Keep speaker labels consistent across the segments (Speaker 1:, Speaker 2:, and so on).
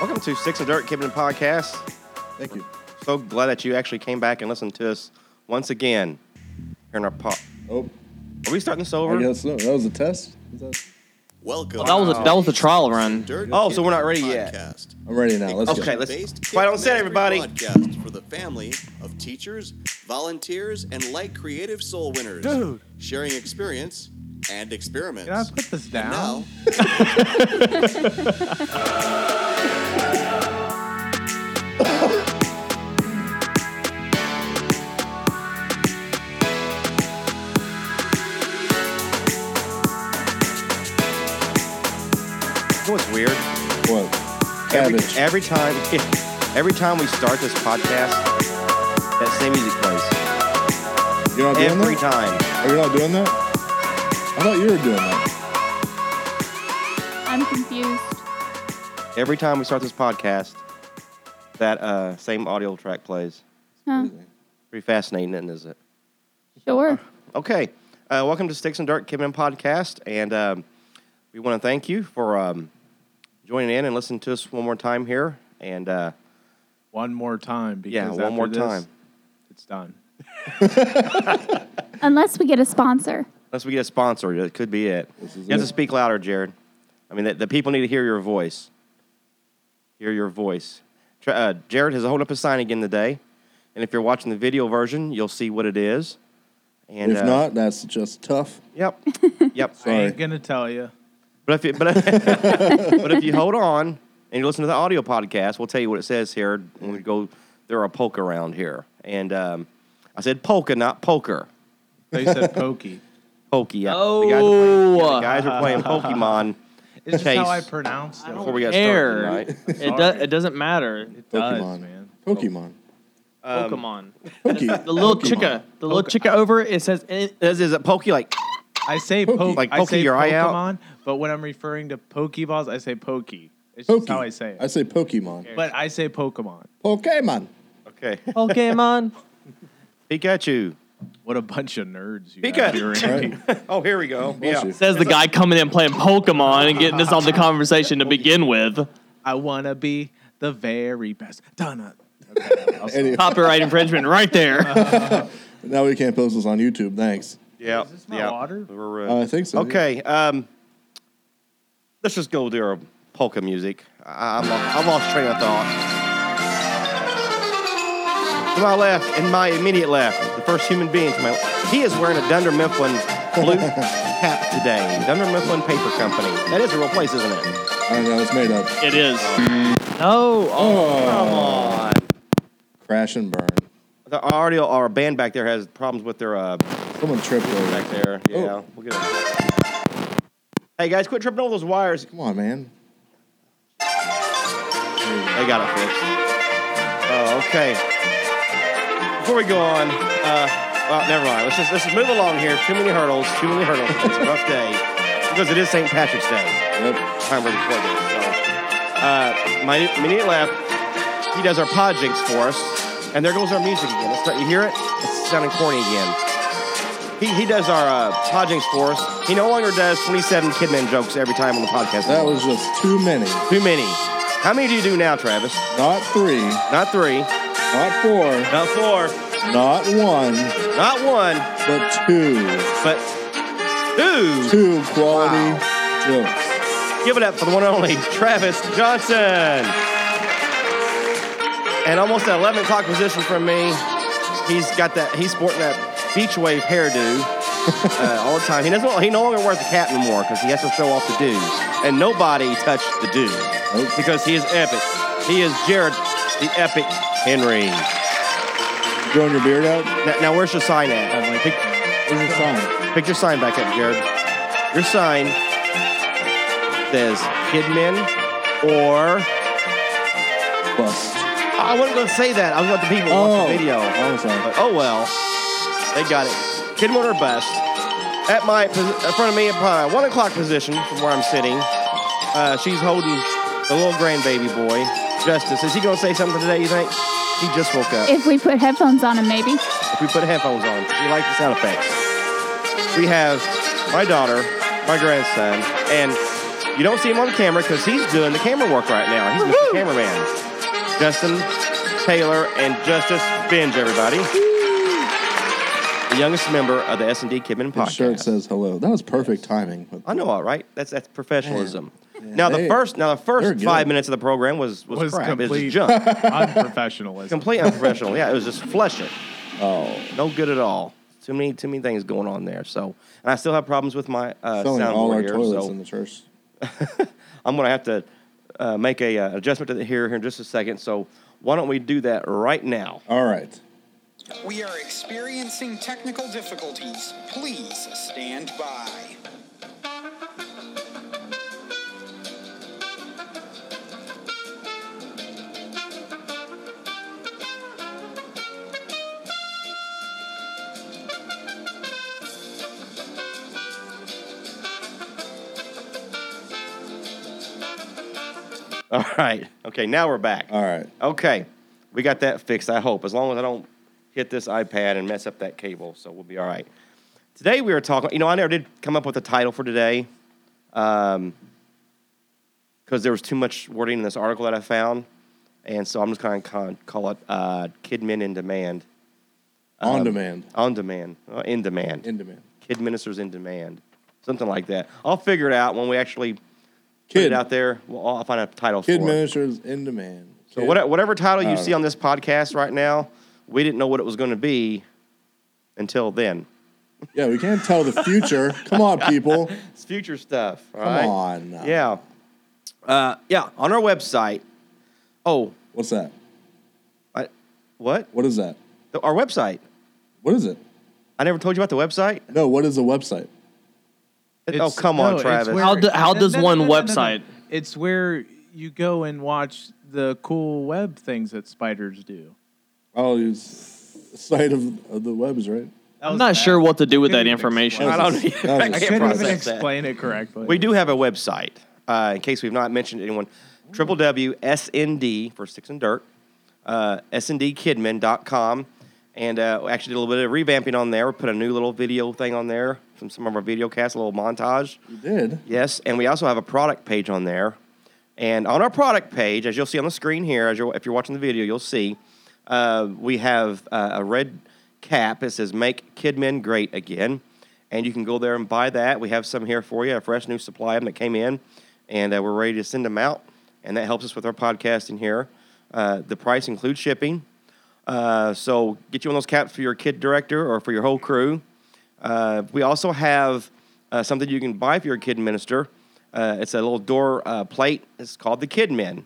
Speaker 1: Welcome to Six of Dirt Kibben Podcast.
Speaker 2: Thank you.
Speaker 1: So glad that you actually came back and listened to us once again here in our pop.
Speaker 2: Oh,
Speaker 1: Are we starting this
Speaker 2: I
Speaker 1: over?
Speaker 2: guess so. That was a test. Is that-
Speaker 3: Welcome.
Speaker 4: Well, Oh, that was a- that was a trial run.
Speaker 1: Oh, so we're not ready yet.
Speaker 3: podcast. yet.
Speaker 2: I'm ready now. Let's
Speaker 1: Okay,
Speaker 2: go.
Speaker 1: let's- Quiet on set, everybody.
Speaker 3: Podcast for the family of teachers, volunteers, and like creative soul winners,
Speaker 5: Dude.
Speaker 3: sharing experience and experiments.
Speaker 5: Can I put this down?
Speaker 3: Now,
Speaker 1: You know what's weird?
Speaker 2: What?
Speaker 1: Every,
Speaker 2: Cabbage.
Speaker 1: every time, every time we start this podcast, that same music plays
Speaker 2: You're not doing
Speaker 1: every
Speaker 2: that?
Speaker 1: time.
Speaker 2: Are you not doing that? I thought you were doing that.
Speaker 6: I'm confused.
Speaker 1: Every time we start this podcast, that uh, same audio track plays.
Speaker 6: Huh.
Speaker 1: Pretty fascinating, isn't it?
Speaker 6: Sure.
Speaker 1: Okay. Uh, welcome to Sticks and Dirt Kidman Podcast. And um, we want to thank you for um, joining in and listening to us one more time here. And uh,
Speaker 5: One more time. Because
Speaker 1: yeah,
Speaker 5: after
Speaker 1: one more
Speaker 5: this,
Speaker 1: time.
Speaker 5: It's done.
Speaker 6: Unless we get a sponsor.
Speaker 1: Unless we get a sponsor, that could be it. You
Speaker 2: This is
Speaker 1: have to
Speaker 2: it.
Speaker 1: speak louder, Jared. I mean, the, the people need to hear your voice. Hear your voice. Tr- Uh, Jared has held up a sign again today. And if you're watching the video version, you'll see what it is. And
Speaker 2: if
Speaker 1: uh,
Speaker 2: not, that's just tough.
Speaker 1: yep, yep.
Speaker 5: I
Speaker 2: Sorry.
Speaker 5: ain't gonna tell you.
Speaker 1: But if you, but, but if you hold on and you listen to the audio podcast, we'll tell you what it says here when we go. There are poke around here, and um, I said polka, not poker.
Speaker 5: They said pokey.
Speaker 1: Pokey. Yeah.
Speaker 4: Oh.
Speaker 1: the guys were playing, yeah, the
Speaker 5: Oh.
Speaker 1: guys were playing Pokemon
Speaker 5: It's just
Speaker 1: Chase.
Speaker 5: how I pronounce it.
Speaker 1: before we got
Speaker 4: care.
Speaker 1: started tonight.
Speaker 4: It, does. it doesn't matter.
Speaker 5: It does,
Speaker 2: Pokemon.
Speaker 5: man.
Speaker 2: Pokemon.
Speaker 1: Um,
Speaker 4: Pokemon.
Speaker 2: Pokey.
Speaker 4: The little
Speaker 2: Pokemon.
Speaker 4: chica. The little chica over it, it says it,
Speaker 1: Is, is it pokey like?
Speaker 5: I say po-
Speaker 1: Like
Speaker 5: I
Speaker 1: poke
Speaker 5: say
Speaker 1: your
Speaker 5: Pokemon,
Speaker 1: eye out?
Speaker 5: but when I'm referring to Pokeballs, I say pokey. It's
Speaker 2: Pokey.
Speaker 5: just how I say it.
Speaker 2: I say Pokemon.
Speaker 5: but I say Pokemon.
Speaker 2: Pokemon.
Speaker 1: Okay.
Speaker 4: Pokemon.
Speaker 1: Pikachu.
Speaker 5: What a bunch of nerds you
Speaker 1: Pika.
Speaker 5: have here, Andy.
Speaker 1: Oh, here we go. Yeah.
Speaker 2: Bullshit.
Speaker 4: Says the guy coming in playing Pokemon and getting us on the conversation to begin with.
Speaker 5: I wanna be the very best. Donna. Okay, I'll stop.
Speaker 2: Anyway,
Speaker 4: Copyright infringement right there.
Speaker 2: now we can't post this on YouTube. Thanks.
Speaker 1: Yeah.
Speaker 5: Is this my
Speaker 1: yeah.
Speaker 5: water? Oh,
Speaker 1: We're, uh,
Speaker 2: Uh, I think so.
Speaker 1: Okay. Um, let's just go to our polka music. I, I'm, lo- I lost train of thought. To my left and my immediate left, the first human being to my He is wearing a Dunder Mifflin blue hat today. Dunder Mifflin Paper Company. That is a real place, isn't it?
Speaker 2: I don't know. It's made up.
Speaker 4: It is. No. Oh.
Speaker 2: Crash and burn.
Speaker 1: Uh, The audio, our band back there has problems with their uh,
Speaker 2: Someone tripped over.
Speaker 1: back there. Yeah.
Speaker 2: Oh.
Speaker 1: We'll get it. Hey guys, quit tripping over those wires.
Speaker 2: Come on, man.
Speaker 1: They got it fixed. Oh, okay. Before we go on, uh, well, never mind. Let's just let's just move along here. Too many hurdles. Too many hurdles. It's a rough day because it is St. Patrick's Day.
Speaker 2: Yep.
Speaker 1: Time we're recording. So, uh, my immediate left, he does our pod jinx for us, and there goes our music again. Let's start. You hear it? It's sounding corny again. He, he does our uh, pod jinx for us. He no longer does 27 Kidman jokes every time on the podcast.
Speaker 2: That was just too many.
Speaker 1: too many. How many do you do now, Travis?
Speaker 2: Not three.
Speaker 1: Not three.
Speaker 2: Not four.
Speaker 1: Not four.
Speaker 2: Not one.
Speaker 1: Not one,
Speaker 2: but two.
Speaker 1: but two.
Speaker 2: Two quality jokes.
Speaker 1: Give it up for the one and only Travis Johnson. And almost at 11 o'clock position from me, he's got that, he's sporting that beach wave hairdo. uh, all the time. He doesn't. He no longer wears a cap anymore because he has to show off the dues, and nobody touched the dues
Speaker 2: Nope.
Speaker 1: because he is epic. He is Jared, the epic Henry.
Speaker 2: Growing your beard out?
Speaker 1: Now, now where's your sign at?
Speaker 5: I'm like,
Speaker 2: Where's your sign?
Speaker 1: Pick your sign back up, Jared. Your sign says Kidman or
Speaker 2: Bust.
Speaker 1: I wasn't going to say that. I was going to the people who watch the video.
Speaker 2: I'm sorry.
Speaker 1: But oh well, they got it. Kidman or bust. At my pos- in front of me at my one o'clock position from where I'm sitting, uh, she's holding the little grandbaby boy, Justice. Is he gonna say something today? You think? He just woke up.
Speaker 6: If we put headphones on him, maybe.
Speaker 1: If we put headphones on, we like the sound effects. We have my daughter, my grandson, and you don't see him on camera because he's doing the camera work right now. He's Mr. Cameraman. Justin Taylor and Justice Binge, everybody. The youngest member of the S&D Kidman
Speaker 2: His shirt
Speaker 1: podcast.
Speaker 2: says hello. That was perfect timing. But
Speaker 1: I know, all right. That's that's professionalism. Now the
Speaker 2: They-
Speaker 1: first, now the
Speaker 2: they're
Speaker 1: first
Speaker 2: good.
Speaker 1: five minutes of the program was was,
Speaker 5: Was
Speaker 1: crap.
Speaker 5: complete.
Speaker 1: It was just junk,
Speaker 5: unprofessionalism.
Speaker 1: complete unprofessional. Yeah, it was just flush it.
Speaker 2: oh,
Speaker 1: no good at all. Too many, too many things going on there. So, and I still have problems with my uh,
Speaker 2: selling
Speaker 1: sound
Speaker 2: all our
Speaker 1: here.
Speaker 2: toilets
Speaker 1: So
Speaker 2: in the church.
Speaker 1: I'm gonna have to uh, make a uh, adjustment to the here here in just a second. So why don't we do that right now?
Speaker 2: All right.
Speaker 7: We are experiencing technical difficulties. Please stand by.
Speaker 1: All right. Okay. Now we're back.
Speaker 2: All right.
Speaker 1: Okay. We got that fixed. I hope. As long as I don't hit this iPad and mess up that cable, so we'll be all right. Today we were talking. You know, I never did come up with a title for today, because there was too much wording in this article that I found, and so I'm just going to call it uh, "Kidmen in Demand."
Speaker 2: On demand.
Speaker 1: On demand, uh, in demand,
Speaker 2: In demand.
Speaker 1: kid ministers in demand, something like that. I'll figure it out when we actually put
Speaker 2: Kid.
Speaker 1: it out there. Well, I'll find a title
Speaker 2: Kid
Speaker 1: for it.
Speaker 2: ministers in demand.
Speaker 1: So
Speaker 2: Kid-
Speaker 1: what, whatever title you
Speaker 2: I don't
Speaker 1: see on this podcast right now, we didn't know what it was going to be until then.
Speaker 2: Yeah, we can't tell the future. Come on, people.
Speaker 1: It's future stuff. all
Speaker 2: Come
Speaker 1: right?
Speaker 2: on.
Speaker 1: Yeah. Uh, yeah. On our website. Oh,
Speaker 2: What's that?
Speaker 1: I, what?
Speaker 2: What is that?
Speaker 1: The- our website.
Speaker 2: What is it?
Speaker 1: I never told you about the website.
Speaker 2: No, what is a website?
Speaker 1: oh,
Speaker 5: It's-
Speaker 1: come
Speaker 5: no,
Speaker 1: on,
Speaker 5: it's
Speaker 1: Travis.
Speaker 5: where-
Speaker 4: How do- how does one website-
Speaker 5: It's where you go and watch the cool web things that spiders do.
Speaker 2: Oh, it's the site of, of the webs, right?
Speaker 4: I'm not sure what to do with that information.
Speaker 1: I don't. I
Speaker 2: That was-
Speaker 1: can't
Speaker 5: Couldn't even
Speaker 1: process that.
Speaker 5: explain it correctly.
Speaker 1: We do have a website, uh, in case we've not mentioned anyone. www.snd for sticks and dirt, uh, sndkidman.com. And uh, we actually did a little bit of revamping on there. We put a new little video thing on there from some of our video casts, a little montage.
Speaker 2: You did.
Speaker 1: Yes, and we also have a product page on there. And on our product page, as you'll see on the screen here, as you're, if you're watching the video, you'll see uh, we have uh, a red cap that says "Make Kidmen Great Again," and you can go there and buy that. We have some here for you, a fresh new supply of them that came in, and uh, we're ready to send them out. And that helps us with our podcasting here. Uh, the price includes shipping, uh, so get you one of those caps for your kid director or for your whole crew. Uh, we also have uh, something you can buy for your kid minister. Uh, it's a little door uh, plate. It's called the Kid Men,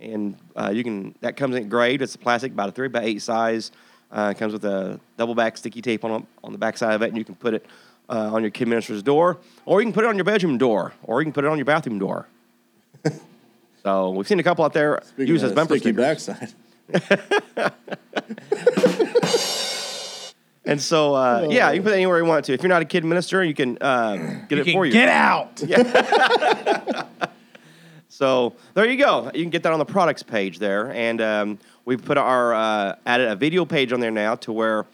Speaker 1: and uh, you can that comes engraved. It's plastic, about a three by eight size. Uh, it comes with a double back sticky tape on on the back side of it, and you can put it uh, on your kid minister's door, or you can put it on your bedroom door, or you can put it on your bathroom door. so we've seen a couple out there
Speaker 2: Speaking
Speaker 1: use
Speaker 2: of
Speaker 1: as bumper
Speaker 2: sticky
Speaker 1: stickers.
Speaker 2: backside.
Speaker 1: And so, uh, yeah, you can put it anywhere you want to. If you're not a kid minister, you can uh, get it
Speaker 5: Can
Speaker 1: for you.
Speaker 5: Get out.
Speaker 1: So there you go. You can get that on the products page there, and um, we've put our uh, added a video page on there now to where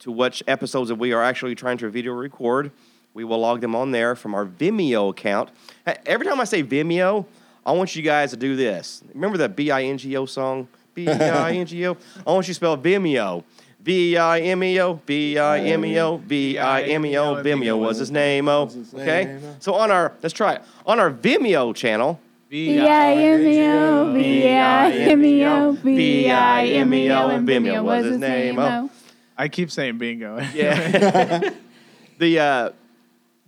Speaker 1: to which episodes that we are actually trying to video record. We will log them on there from our Vimeo account. Uh, Every time I say Vimeo, I want you guys to do this. Remember that B I N G O song? B I N G O. I want you to spell Vimeo. V I M E O, V I M E O, V I M E O. Vimeo was his name. Oh,
Speaker 2: his name,
Speaker 1: okay.
Speaker 2: oh.
Speaker 1: So on our let's try it on our Vimeo channel.
Speaker 6: B-I-M-E-O, B-I-M-E-O, B-I-M-E-O, and Vimeo was his name.
Speaker 1: oh.
Speaker 5: I keep saying bingo.
Speaker 1: Yeah. the uh,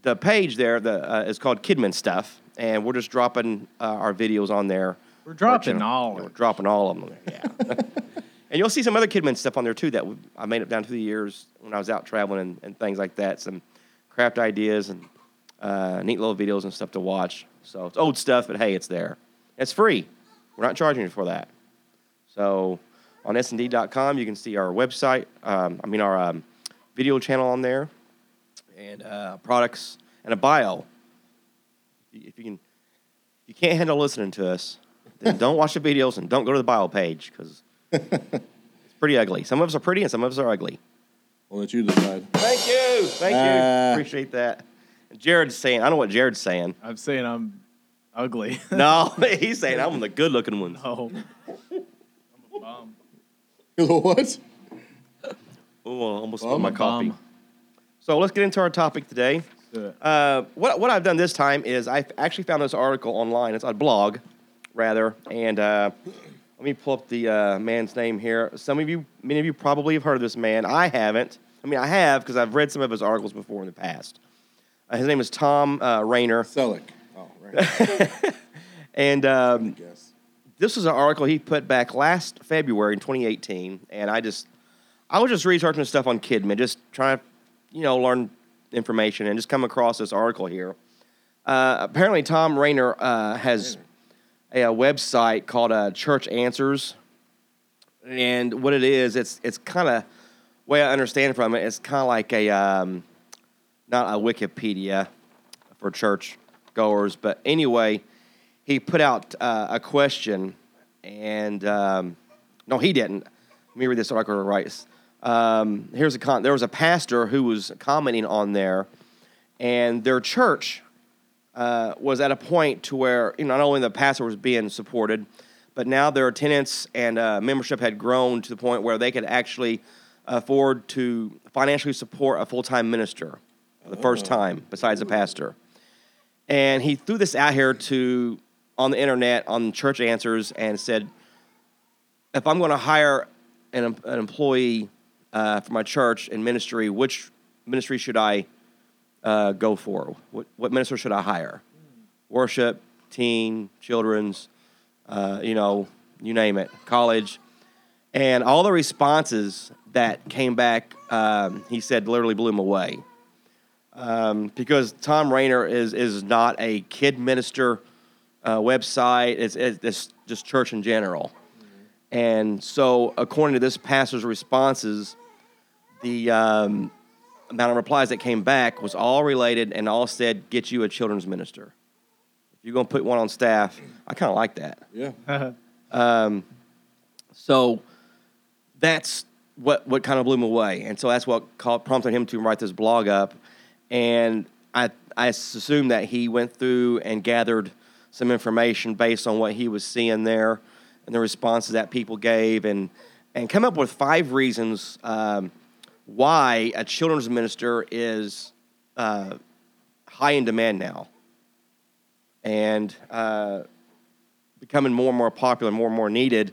Speaker 1: the page there the, uh, is called Kidman Stuff, and we're just dropping uh, our videos on there.
Speaker 5: We're
Speaker 1: Our
Speaker 5: dropping
Speaker 1: channel-
Speaker 5: all
Speaker 1: yeah,
Speaker 5: of
Speaker 1: We're
Speaker 5: it.
Speaker 1: dropping all of them. Yeah. and you'll see some other Kidman stuff on there too that we- I made up down through the years when I was out traveling and, and things like that. Some craft ideas and uh, neat little videos and stuff to watch. So it's old stuff, but hey, it's there. It's free. We're not charging you for that. So on snd.com, you can see our website, um, I mean, our um, video channel on there, and uh, products and a bio. If you- if you can, if you can't handle listening to us, then don't watch the videos and don't go to the bio page because it's pretty ugly. Some of us are pretty and some of us are ugly.
Speaker 2: I'll let you decide.
Speaker 1: Thank you. Thank
Speaker 2: Uh,
Speaker 1: you. Appreciate that. Jared's saying, I know what Jared's saying.
Speaker 5: I'm saying I'm ugly.
Speaker 1: No, he's saying I'm the good looking ones.
Speaker 5: oh,
Speaker 2: what?
Speaker 1: Oh, I almost
Speaker 2: Well,
Speaker 1: spilled my
Speaker 2: I'm a
Speaker 1: coffee.
Speaker 5: bum.
Speaker 1: So let's get into our topic today.
Speaker 5: do it.
Speaker 1: Uh, what, what I've done this time is I actually found this article online. It's on blog, rather. And uh, let me pull up the uh, man's name here. Some of you, many of you probably have heard of this man. I haven't. I mean, I have because I've read some of his articles before in the past. Uh, his name is Tom uh, Rayner.
Speaker 2: Selick. Oh, right.
Speaker 1: And um,
Speaker 2: I guess.
Speaker 1: this was an article he put back last February in 2018, and I just I was just researching stuff on Kidman, just trying to you know learn information, and just come across this article here. Uh, apparently, Tom Rayner uh, has a, a website called uh, Church Answers, and what it is, it's it's kind of way I understand from it, it's kind of like a um, not a Wikipedia for church goers, but anyway he put out uh, a question, and um, no, he didn't. Let me read this article right. Um, here's a con- there was a pastor who was commenting on there, and their church uh, was at a point to where you know not only the pastor was being supported, but now their attendance and uh, membership had grown to the point where they could actually afford to financially support a full time minister for the first time, besides a pastor and he threw this out here to on the internet on church answers and said if i'm going to hire an, em- an employee uh, for my church and ministry which ministry should i uh, go for what, what minister should i hire worship teen children's uh, you know you name it college and all the responses that came back um, he said literally blew him away because Tom Rayner is is not a kid minister uh, website. It's, it's it's just church in general, and so according to this pastor's responses, the um, amount of replies that came back was all related and all said, "Get you a children's minister. If you're gonna put one on staff, I kind of like that."
Speaker 2: Yeah.
Speaker 1: So that's what, what kind of blew him away. And so that's what called, prompted him to write this blog up. And I, I assume that he went through and gathered some information based on what he was seeing there and the responses that people gave and, and come up with five reasons um, why a children's minister is uh, high in demand now. And uh, becoming more and more popular, more and more needed.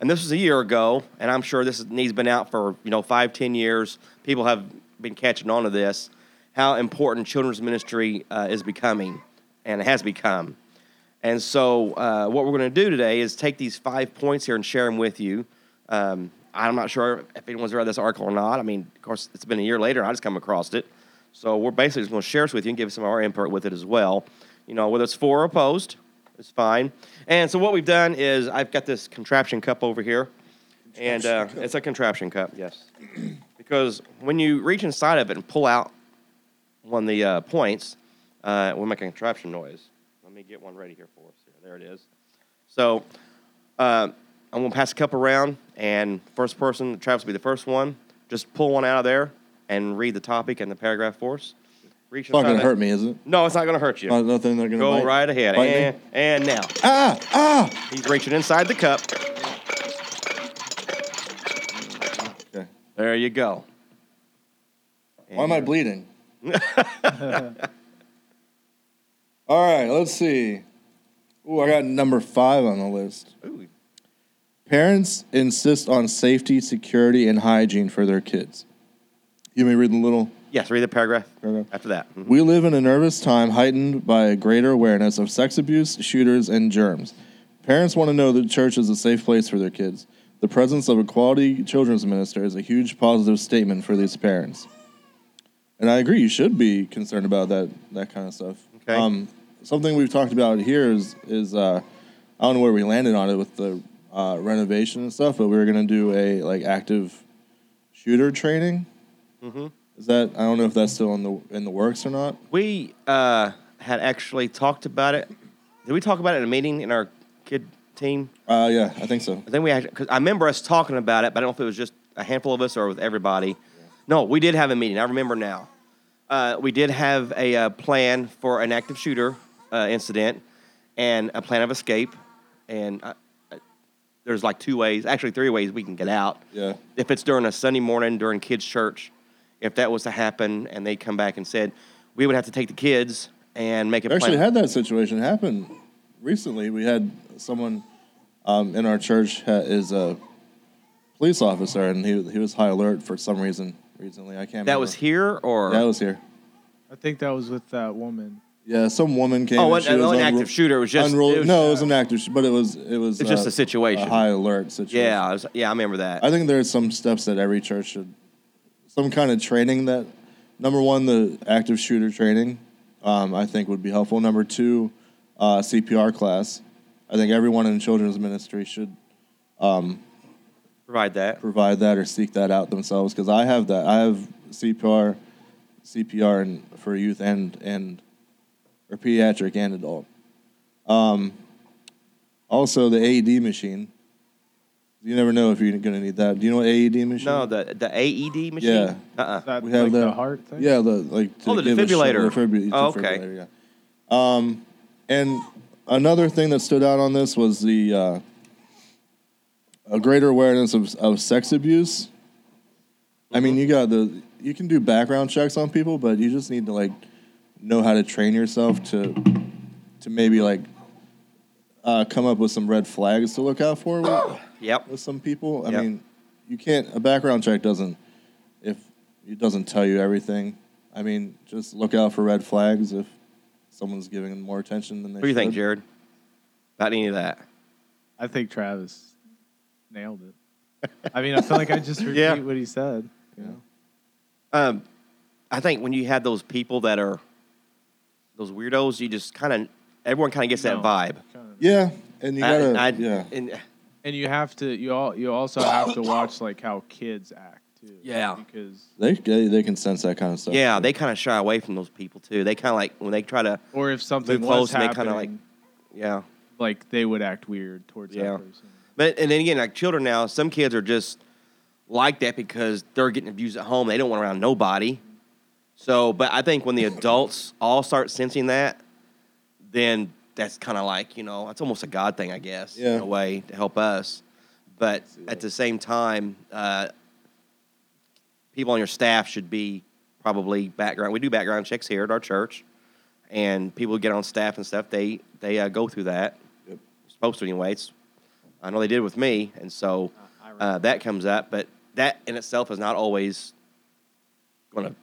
Speaker 1: And this was a year ago, and I'm sure this needs been out for you know five, ten years. People have been catching on to this, how important children's ministry uh, is becoming, and has become. And so, uh, what we're going to do today is take these five points here and share them with you. Um, I'm not sure if anyone's read this article or not. I mean, of course, it's been a year later, and I just come across it. So, we're basically just going to share this with you and give some of our input with it as well. You know, whether it's for or opposed, it's fine. And so, what we've done is I've got this contraption cup over here, and uh, it's a contraption cup, yes. because when you reach inside of it and pull out one of the uh, points, uh, we'll make a contraption noise. Let me get one ready here for us. Here, there it is. So uh, I'm gonna pass a cup around, and first person, Travis, will be the first one. Just pull one out of there and read the topic and the paragraph for us. Reach
Speaker 2: It's not
Speaker 1: inside
Speaker 2: going to
Speaker 1: that-
Speaker 2: hurt me, is it?
Speaker 1: No, it's not gonna hurt you.
Speaker 2: Not, nothing they're going to
Speaker 1: Go right ahead. Eh, And, and now
Speaker 2: Ah! Ah!
Speaker 1: he's reaching inside the cup.
Speaker 2: Okay.
Speaker 1: There you go.
Speaker 2: Why
Speaker 1: eh.
Speaker 2: am I bleeding? All right, let's see. Ooh, I got number five on the list.
Speaker 1: Ooh.
Speaker 2: Parents insist on safety, security, and hygiene for their kids. You may read the little
Speaker 1: Yes, read the paragraph
Speaker 2: Paragraph.
Speaker 1: after that. Mhm.
Speaker 2: We live in a nervous time heightened by a greater awareness of sex abuse, shooters, and germs. Parents want to know that church is a safe place for their kids. The presence of a quality children's minister is a huge positive statement for these parents. And I agree, you should be concerned about that that kind of stuff. Um,
Speaker 1: Okay.
Speaker 2: something we've talked about here is is uh, I don't know where we landed on it with the uh, renovation and stuff, but we were going to do a like active shooter training. Is that I don't know if that's still in the in the works or not.
Speaker 1: We uh, had actually talked about it. Did we talk about it in a meeting in our kid team?
Speaker 2: Uh, yeah, I think so.
Speaker 1: I think we actually, cause I remember us talking about it, but I don't know if it was just a handful of us or with everybody. No, we did have a meeting. I remember now. Uh, we did have a uh, plan for an active shooter uh, incident and a plan of escape. And uh, uh, there's like two ways, actually three ways we can get out.
Speaker 2: Yeah.
Speaker 1: If it's during a Sunday morning during kids' church, if that was to happen and they come back and said, we would have to take the kids and make a
Speaker 2: We actually
Speaker 1: plan.
Speaker 2: had that situation happen recently. We had someone um, in our church ha- is a police officer, and he he was high alert for some reason recently. I can't.
Speaker 1: that was
Speaker 2: remember.
Speaker 1: here or?
Speaker 2: That was here.
Speaker 5: I think that was with that woman.
Speaker 2: Yeah, some woman came.
Speaker 1: Oh,
Speaker 2: and
Speaker 1: an-
Speaker 2: she was
Speaker 1: an
Speaker 2: unru-
Speaker 1: active shooter. It was just-
Speaker 2: unruly.
Speaker 1: it was-
Speaker 2: no, it was an active, sh- but it was it was
Speaker 1: It's just
Speaker 2: uh,
Speaker 1: a situation.
Speaker 2: a high alert situation.
Speaker 1: yeah, I was- yeah, I remember that.
Speaker 2: I think there's some steps that every church should, some kind of training that, number one, the active shooter training, um, I think would be helpful. Number two, uh, CPR class. I think everyone in children's ministry should
Speaker 1: Provide that.
Speaker 2: provide that or seek that out themselves because I have that. I have CPR, CPR and for youth and and or pediatric and adult. Um, also the AED machine. You never know if you're going to need that. Do you know what AED machine?
Speaker 1: No, the the AED machine.
Speaker 2: Yeah.
Speaker 1: Uh-uh.
Speaker 5: Is that
Speaker 2: we have
Speaker 5: like
Speaker 2: the,
Speaker 5: the heart thing?
Speaker 2: Yeah, the like. to
Speaker 1: Oh, the
Speaker 2: give a shot-
Speaker 1: defibrillator.
Speaker 2: defibri-
Speaker 1: Oh, okay.
Speaker 2: defibrillator, yeah. Um, and another thing that stood out on this was the uh, a greater awareness of of sex abuse. I
Speaker 1: Mm-hmm.
Speaker 2: mean, you got the you can do background checks on people, but you just need to like know how to train yourself to to maybe like uh, come up with some red flags to look out for. with-
Speaker 1: Yep.
Speaker 2: with some people. I
Speaker 1: Yeah.
Speaker 2: mean, you can't. A background check doesn't if it doesn't tell you everything. I mean, just look out for red flags if someone's giving them more attention than they.
Speaker 1: What do you think,
Speaker 2: should.
Speaker 1: Jared? About any of that?
Speaker 5: I think Travis nailed it. I mean, I feel like I just repeat
Speaker 1: Yeah.
Speaker 5: what he said. You know?
Speaker 1: Um, I think when you have those people that are those weirdos, you just kind of everyone kind of gets that
Speaker 5: No.
Speaker 1: vibe.
Speaker 2: Yeah, and you gotta.
Speaker 1: I- I-
Speaker 2: yeah,
Speaker 1: and-
Speaker 5: And you have to you all you also have to watch like how kids act too.
Speaker 1: Yeah.
Speaker 5: Because
Speaker 2: they, they they can sense that kind of stuff.
Speaker 1: yeah, they kind of shy away from those people too. They kind of like when they try to,
Speaker 5: or if something
Speaker 1: Move
Speaker 5: was
Speaker 1: close and they kinda,
Speaker 5: happening,
Speaker 1: like- yeah.
Speaker 5: like they would act weird towards
Speaker 1: Yeah.
Speaker 5: that person.
Speaker 1: But and then again, like children now, some kids are just like that because they're getting abused at home. They don't want around nobody. So, but I think when the adults all start sensing that, then that's kind of like you know, that's almost a God thing, I guess,
Speaker 2: Yeah.
Speaker 1: in a way to help us. But at the same time, uh, people on your staff should be probably background. We do background checks here at our church, and people who get on staff and stuff. They they uh, go through that.
Speaker 2: Yep.
Speaker 1: Supposed to anyway. It's I know they did with me, and so
Speaker 5: I remember.
Speaker 1: uh, that comes up. But that in itself is not always going to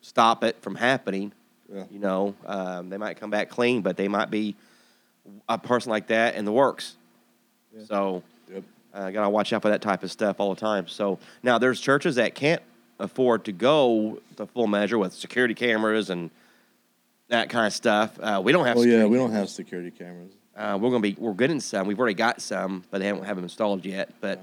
Speaker 1: stop it from happening.
Speaker 2: Yeah.
Speaker 1: You know, um, they might come back clean, but they might be a person like that in the works. So
Speaker 2: Yep.
Speaker 1: uh, gotta watch out for that type of stuff all the time. So now there's churches that can't afford to go the full measure with security cameras and that kind of stuff. Uh, we don't have.
Speaker 2: Well, Oh, yeah,
Speaker 1: security
Speaker 2: we don't have security cameras.
Speaker 1: uh, we're gonna be we're getting some. We've already got some, but they haven't have them installed yet. But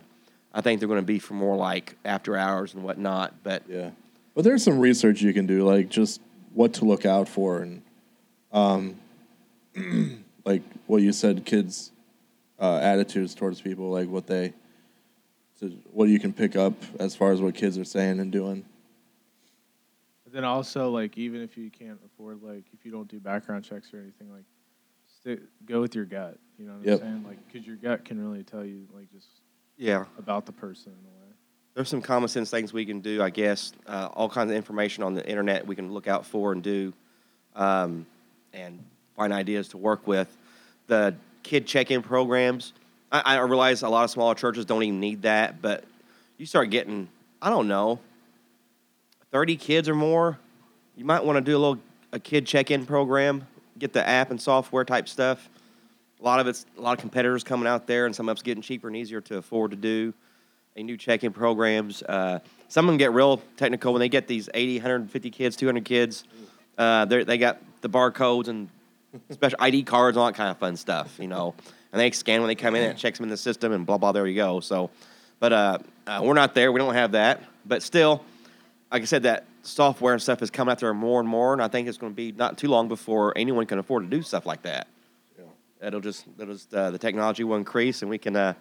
Speaker 1: I think they're gonna be for more like after hours and whatnot. But
Speaker 2: Yeah, but there's some research you can do, like just what to look out for, and um, like what you said, kids' uh, attitudes towards people, like what they, to, what you can pick up as far as what kids are saying and doing.
Speaker 5: But then also, like, even if you can't afford, like, if you don't do background checks or anything, like, stick, go with your gut. You know what
Speaker 2: Yep.
Speaker 5: I'm saying? Like, because your gut can really tell you, like, just
Speaker 1: yeah,
Speaker 5: about the person in a way.
Speaker 1: there's some common sense things we can do. I guess uh, all kinds of information on the internet we can look out for and do, um, and find ideas to work with. The kid check-in programs. I, I realize a lot of smaller churches don't even need that, but you start getting I don't know, thirty kids or more you might want to do a little a kid check-in program, get the app and software type stuff. A lot of it's a lot of competitors coming out there, and some of it's getting cheaper and easier to afford to do. They new check-in programs. Uh, some of them get real technical when they get these 80, 150 kids, 200 kids. Uh, they're- they got the barcodes and special ID cards and all that kind of fun stuff, you know. And they scan when they come in, and it checks them in the system, and blah blah. There you go. So, but uh, uh, we're not there. We don't have that. But still, like I said, that software and stuff is coming out there more and more, and I think it's going to be not too long before anyone can afford to do stuff like that. Yeah. It'll just, it'll just uh, the technology will increase, and we can uh,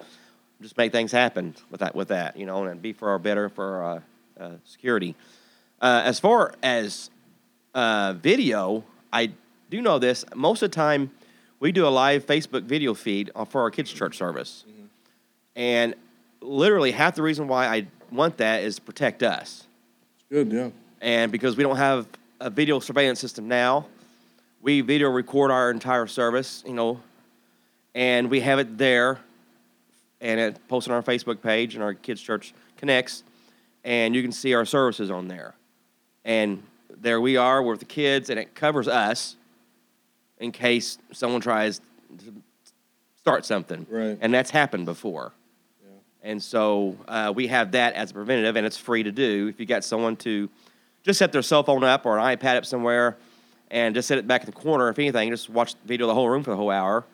Speaker 1: just make things happen with that, with that, you know, and it'd be for our better, for our uh, uh, security. Uh, as far as uh, video, I do know this. Most of the time, we do a live Facebook video feed uh, for our kids' church service. And literally, half the reason why I want that is to protect us
Speaker 2: Good, yeah.
Speaker 1: and because we don't have a video surveillance system now, we video record our entire service, you know, and we have it there, and it posts on our Facebook page and our Kids Church Connects, and you can see our services on there, and there we are with the kids, and it covers us in case someone tries to start something,
Speaker 2: Right.
Speaker 1: And that's happened before. And so uh, we have that as a preventative, and it's free to do. If you got someone to just set their cell phone up or an iPad up somewhere and just set it back in the corner, if anything, just watch the video of the whole room for the whole hour.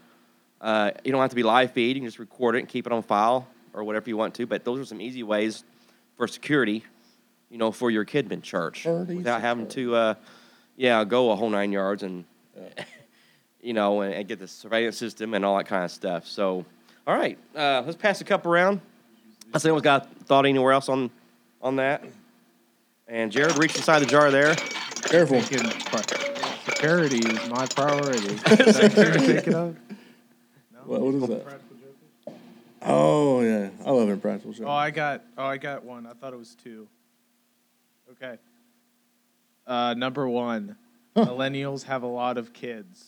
Speaker 1: Uh, you don't have to be live feed. You can just record it and keep it on file or whatever you want to. But those are some easy ways for security, you know, for your Kidman church
Speaker 2: Pretty
Speaker 1: without having to, uh, yeah, go a whole nine yards and, you know, and, and get the surveillance system and all that kind of stuff. So, all right, uh, let's pass the cup around. Has anyone's got a thought anywhere else on on that? And Jared reached inside the jar there.
Speaker 2: Careful.
Speaker 5: Thinking, "Fuck, Security is my priority. Is that what you're thinking of?
Speaker 2: What, what is that? Oh yeah, I love Impractical Jokers.
Speaker 5: Oh, I got. Oh, I got one. I thought it was two. Okay. Uh, number one, millennials have a lot of kids.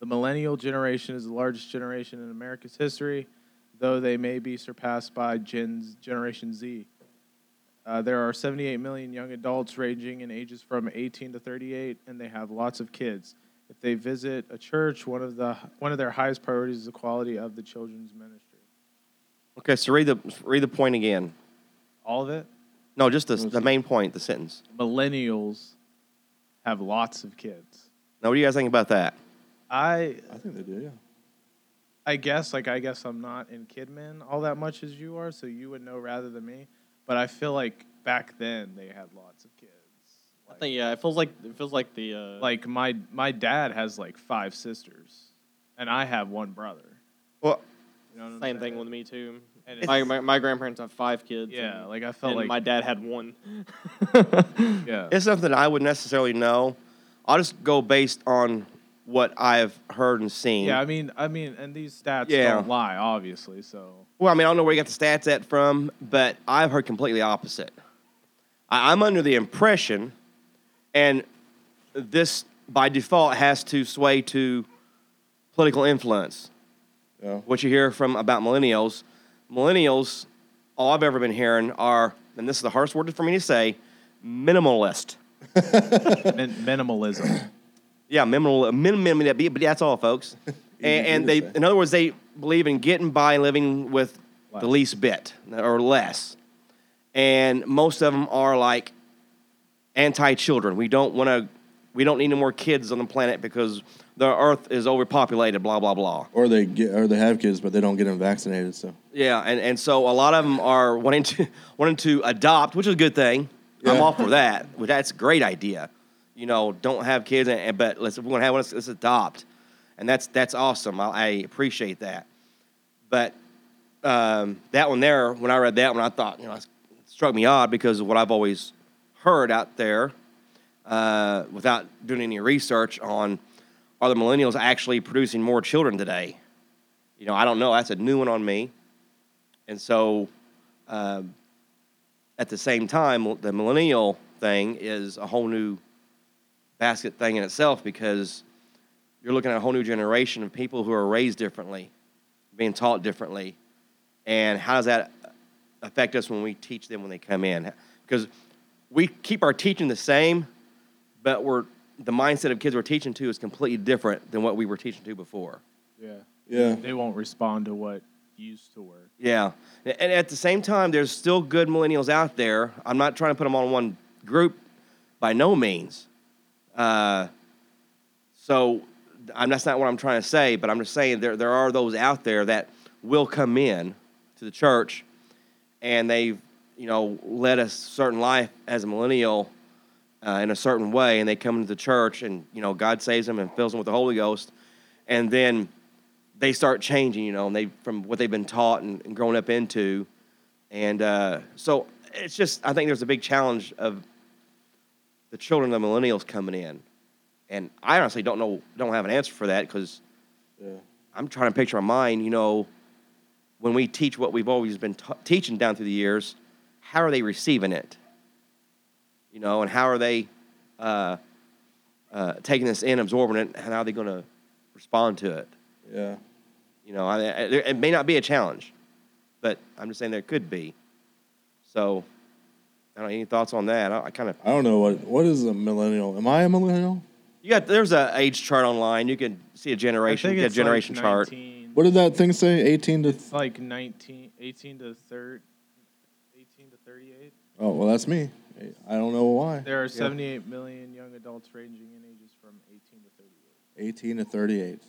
Speaker 5: The millennial generation is the largest generation in America's history, though they may be surpassed by Gen's Generation Z. Uh, there are 78 million young adults ranging in ages from 18 to 38, and they have lots of kids. If they visit a church, one of the one of their highest priorities is the quality of the children's ministry.
Speaker 1: Okay, so read the read the point again.
Speaker 5: All of it.
Speaker 1: No, just the, the main point, the sentence.
Speaker 5: Millennials have lots of kids.
Speaker 1: Now, what do you guys think about that?
Speaker 5: I
Speaker 2: I think they do. Yeah.
Speaker 5: I guess like I guess I'm not in Kidman all that much as you are, so you would know rather than me. But I feel like back then they had lots of kids.
Speaker 4: I think yeah, it feels like it feels like the uh,
Speaker 5: Like my my dad has like five sisters, and I have one brother.
Speaker 1: Well,
Speaker 5: You know what I'm
Speaker 4: same thing
Speaker 5: saying?
Speaker 4: with me too.
Speaker 5: And it's-
Speaker 4: My, my my grandparents have five kids.
Speaker 5: yeah,
Speaker 4: and,
Speaker 5: like I felt
Speaker 4: and
Speaker 5: like
Speaker 4: my dad had one.
Speaker 5: yeah.
Speaker 1: it's something I would necessarily know. I'll just go based on what I've heard and seen.
Speaker 5: yeah, I mean, I mean, and these stats
Speaker 1: Yeah.
Speaker 5: don't lie, obviously. So
Speaker 1: Well, I mean, I don't know where you got the stats at from, but I've heard completely opposite. I, I'm under the impression, and this by default has to sway to political influence.
Speaker 2: Yeah.
Speaker 1: What you hear from about millennials, millennials, all I've ever been hearing are, and this is the hardest word for me to say, minimalist.
Speaker 5: min- minimalism.
Speaker 1: Yeah, minimal, minimum, that be, but that's all, folks. And, and they,
Speaker 2: to say.
Speaker 1: in other words, they believe in getting by and living with
Speaker 5: Less.
Speaker 1: the least bit or less. And most of them are like anti-children. We don't want to, we don't need any more kids on the planet because the Earth is overpopulated. Blah blah blah.
Speaker 2: Or they get, or they have kids, but they don't get them vaccinated. So
Speaker 1: Yeah, and, and so a lot of them are wanting to wanting to adopt, which is a good thing. I'm
Speaker 2: Yeah.
Speaker 1: all for that. Well, That's a great idea. You know, don't have kids, and, and- but let's if we're gonna have one. Let's, let's adopt, and that's that's awesome. I, I appreciate that. But um, that one there, when I read that one, I thought you know it struck me odd because of what I've always heard out there, uh, without doing any research on are the millennials actually producing more children today? You know, I don't know. That's a new one on me. And so, uh, at the same time, the millennial thing is a whole new basket thing in itself because you're looking at a whole new generation of people who are raised differently, being taught differently, and how does that affect us when we teach them when they come in? Because we keep our teaching the same, but we're the mindset of kids we're teaching to is completely different than what we were teaching to before.
Speaker 5: Yeah.
Speaker 2: Yeah.
Speaker 5: They won't respond to what used to work.
Speaker 1: Yeah. A- And at the same time, there's still good millennials out there. I'm not trying to put them on one group by no means. Uh, so I'm, that's not what I'm trying to say, but I'm just saying there, there are those out there that will come in to the church and they've, you know, led a certain life as a millennial uh, in a certain way and they come into the church and, you know, God saves them and fills them with the Holy Ghost. And then they start changing, you know, and they from what they've been taught and, and grown up into, and uh, so it's just I think there's a big challenge of the children of the millennials coming in, and I honestly don't know, don't have an answer for that because I'm trying to picture in my mind, you know, when we teach what we've always been ta teaching down through the years, how are they receiving it, you know, and how are they uh, uh, taking this in, absorbing it, and how are they going to respond to it?
Speaker 2: Yeah.
Speaker 1: You know, I, I, there- it may not be a challenge, but I'm just saying there could be. So, I don't know, any thoughts on that? I, I kind of
Speaker 2: I don't know what what is a millennial. Am I a millennial?
Speaker 1: you got there's a age chart online. You can see a generation, get a generation
Speaker 5: like
Speaker 1: chart.
Speaker 5: 19
Speaker 2: What did that thing say? 18 to.
Speaker 5: It's like 19, 18 to 30, 18 to 38.
Speaker 2: Oh, well, that's me. I don't know why.
Speaker 5: There are 78 million young adults ranging in ages from 18 to 38.
Speaker 2: 18 to 38.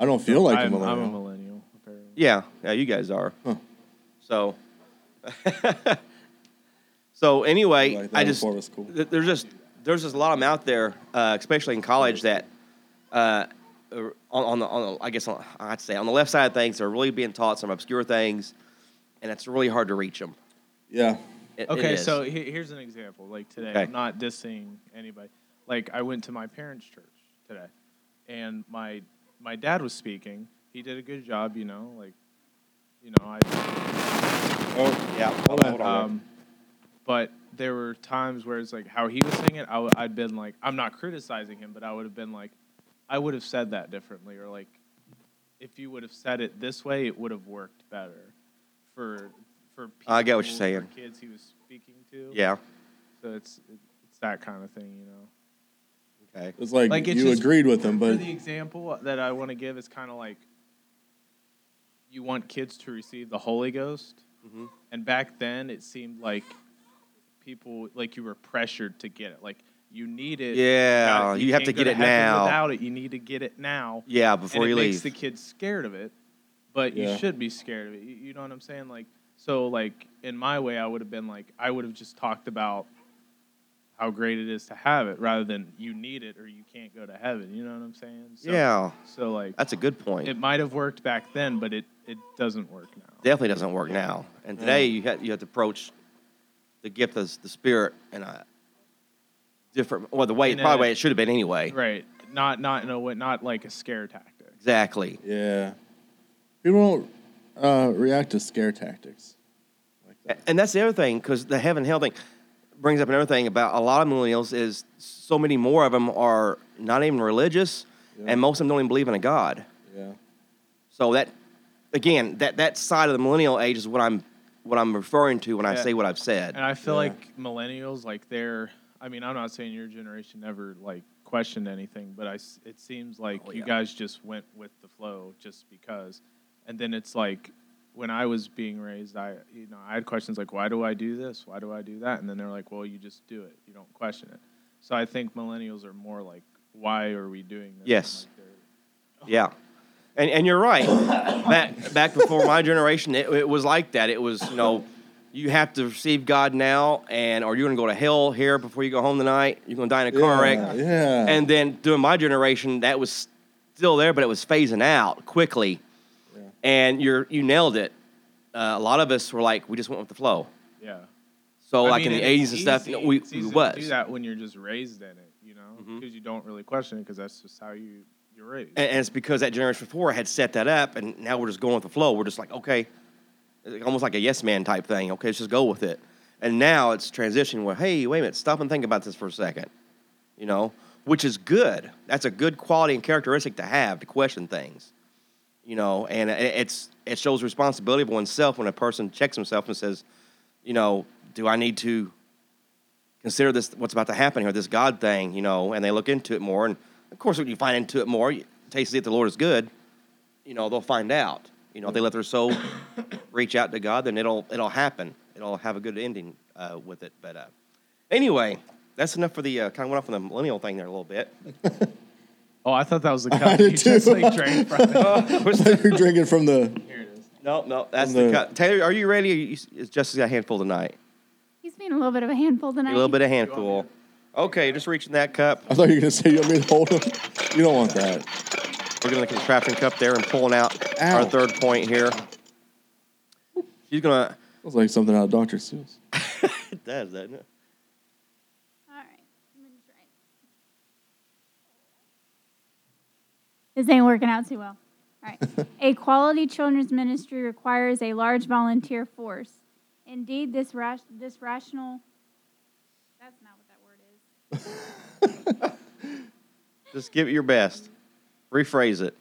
Speaker 2: I don't feel like a
Speaker 5: I'm,
Speaker 2: millennial.
Speaker 5: I'm a millennial, apparently.
Speaker 1: Yeah, yeah, you guys are.
Speaker 2: Huh.
Speaker 1: So, so anyway,
Speaker 2: Like that
Speaker 1: I just
Speaker 2: before was cool.
Speaker 1: th- there's just there's just a lot of them out there, uh, especially in college that uh, are on, on the on the, I guess on, I'd say on the left side of things are really being taught some obscure things, and it's really hard to reach them.
Speaker 2: Yeah.
Speaker 5: Okay, so he- here's an example. Like today,
Speaker 1: Okay.
Speaker 5: I'm not dissing anybody. Like I went to my parents' church today, and my my dad was speaking. He did a good job, you know. Like, you know, I
Speaker 2: Oh,
Speaker 1: yeah,
Speaker 2: Hold on.
Speaker 5: Um, but there were times where it's like how he was saying it, I w- I'd been like, I'm not criticizing him, but I would have been like, I would have said that differently, or like, if you would have said it this way, it would have worked better for for people,
Speaker 1: I get what you're
Speaker 5: for
Speaker 1: saying.
Speaker 5: kids he was speaking to.
Speaker 1: yeah,
Speaker 5: so it's it's that kind of thing, you know.
Speaker 1: okay,
Speaker 2: it's like,
Speaker 5: Like, it's
Speaker 2: you
Speaker 5: just-
Speaker 2: agreed with them,
Speaker 5: For
Speaker 2: but
Speaker 5: the example that I want to give is kind of like you want kids to receive the Holy Ghost,
Speaker 1: Mhm.
Speaker 5: and back then it seemed like people like you were pressured to get it, like you need it.
Speaker 1: Yeah,
Speaker 5: without
Speaker 1: you have
Speaker 5: can't
Speaker 1: to
Speaker 5: go
Speaker 1: get it
Speaker 5: heaven
Speaker 1: now.
Speaker 5: Without it, you need to get it now.
Speaker 1: yeah. Before
Speaker 5: and
Speaker 1: you
Speaker 5: it makes
Speaker 1: leave,
Speaker 5: the kids scared of it, but
Speaker 2: Yeah.
Speaker 5: you should be scared of it. You, you know what I'm saying? Like so, like in my way, I would have been like I would have just talked about. How great it is to have it, rather than you need it or you can't go to heaven. You know what I'm saying? So,
Speaker 1: yeah,
Speaker 5: so like
Speaker 1: that's a good point.
Speaker 5: it might have worked back then, but it, it doesn't work now.
Speaker 1: definitely doesn't work now. And today you have, you have to approach the gift of the spirit in a different, well, the way
Speaker 5: In a-
Speaker 1: probably way it should have been anyway.
Speaker 5: Right. Not not in a way, not like a scare tactic.
Speaker 1: Exactly.
Speaker 2: yeah. People don't uh, react to scare tactics.
Speaker 1: A- And that's the other thing because the heaven hell thing brings up another thing about a lot of millennials is so many more of them are not even religious,
Speaker 2: Yeah.
Speaker 1: and most of them don't even believe in a god.
Speaker 2: Yeah.
Speaker 1: So that again, that that side of the millennial age is what I'm what I'm referring to when I
Speaker 5: Yeah.
Speaker 1: say what I've said.
Speaker 5: And I feel
Speaker 2: Yeah.
Speaker 5: like millennials, like they're. I mean, I'm not saying your generation never like questioned anything, but I s it seems like
Speaker 1: Oh,
Speaker 5: you
Speaker 1: yeah.
Speaker 5: guys just went with the flow just because. And then it's like when I was being raised, I you know I had questions like, why do I do this? Why do I do that? And then they're like, well, you just do it. You don't question it. So I think millennials are more like, why are we doing this? And,
Speaker 1: Yes.
Speaker 5: like, they're-
Speaker 1: Yeah. And, and you're right. Back, back before my generation, it, it was like that. It was, you know, you have to receive God now, and or you're going to go to hell here before you go home tonight. You're going to die in a car wreck.
Speaker 2: Yeah. yeah.
Speaker 1: And then during my generation, that was still there, but it was phasing out quickly.
Speaker 2: Yeah.
Speaker 1: And you're, you nailed it. Uh, a lot of us were like, we just went with the flow.
Speaker 5: Yeah.
Speaker 1: So,
Speaker 5: I
Speaker 1: like
Speaker 5: mean,
Speaker 1: in the 80s
Speaker 5: it's
Speaker 1: and stuff, you know,
Speaker 5: easy-
Speaker 1: we,
Speaker 5: it's
Speaker 1: we
Speaker 5: easy
Speaker 1: was.
Speaker 5: To do that when you're just raised in it, you know, because
Speaker 1: Mhm.
Speaker 5: you don't really question it because that's just how you you're raised.
Speaker 1: And, and it's because that generation before had set that up, and now we're just going with the flow. We're just like, okay, almost like a yes man type thing. Okay, let's just go with it. And now it's transitioning where, hey, wait a minute, stop and think about this for a second. You know, which is good. That's a good quality and characteristic to have to question things. You know, and it- it's it shows responsibility of oneself when a person checks himself and says, you know, do I need to consider this what's about to happen here, this God thing, you know, and they look into it more. And of course, when you find into it more, you taste to see if the Lord is good. You know, they'll find out. You know, if they let their soul reach out to God, then it'll it'll happen. It'll have a good ending uh, with it. But uh, anyway, that's enough for the uh, kind of went off on the millennial thing there a little bit.
Speaker 5: Oh, I thought that was the cup
Speaker 2: did
Speaker 5: you just
Speaker 2: too.
Speaker 5: like drank from. It.
Speaker 2: You're drinking from the.
Speaker 1: no, no, that's
Speaker 2: On
Speaker 1: the
Speaker 2: the-
Speaker 1: cut. Taylor, are you ready? Or you, is Justice got a handful tonight?
Speaker 6: He's being a little bit of a handful tonight.
Speaker 1: A little bit of handful. Okay, you're just reaching that cup.
Speaker 2: I thought you were gonna say you want me to hold him. You don't want that.
Speaker 1: We're gonna look at the trapping cup there and pulling out our
Speaker 2: Ow.
Speaker 1: third point here. She's gonna.
Speaker 2: Sounds like something out of Doctor Seuss.
Speaker 1: It does, doesn't it?
Speaker 6: All right. I'm gonna try it. This ain't working out too well. All right. a quality children's ministry requires a large volunteer force. Indeed, this, rash, this rational. That's not what that word is.
Speaker 1: Just give it your best. Rephrase it.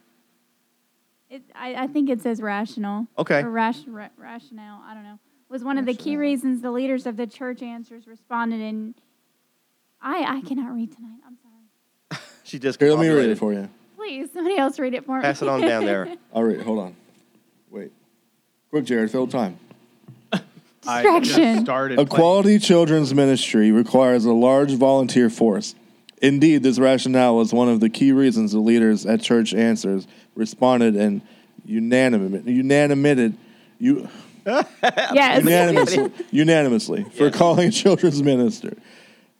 Speaker 6: It, I, I think it says rational.
Speaker 1: Okay.
Speaker 6: Or rash, ra- rationale. I don't know. Was one of the key reasons the leaders of the church answers responded in. I, I cannot read tonight. I'm sorry.
Speaker 1: She just.
Speaker 2: Here, let me read
Speaker 1: ovulated.
Speaker 2: it for you.
Speaker 6: Please, somebody else read it for me.
Speaker 1: Pass it on down there.
Speaker 2: All right, hold on. Wait. Quick, Jared, fill time.
Speaker 5: I just
Speaker 6: Distraction.
Speaker 5: started.
Speaker 2: A
Speaker 5: playing.
Speaker 2: quality children's ministry requires a large volunteer force. Indeed, this rationale was one of the key reasons the leaders at Church Answers responded and unanimous, unanimous, you,
Speaker 6: yes.
Speaker 2: unanimously, unanimously for calling a children's minister.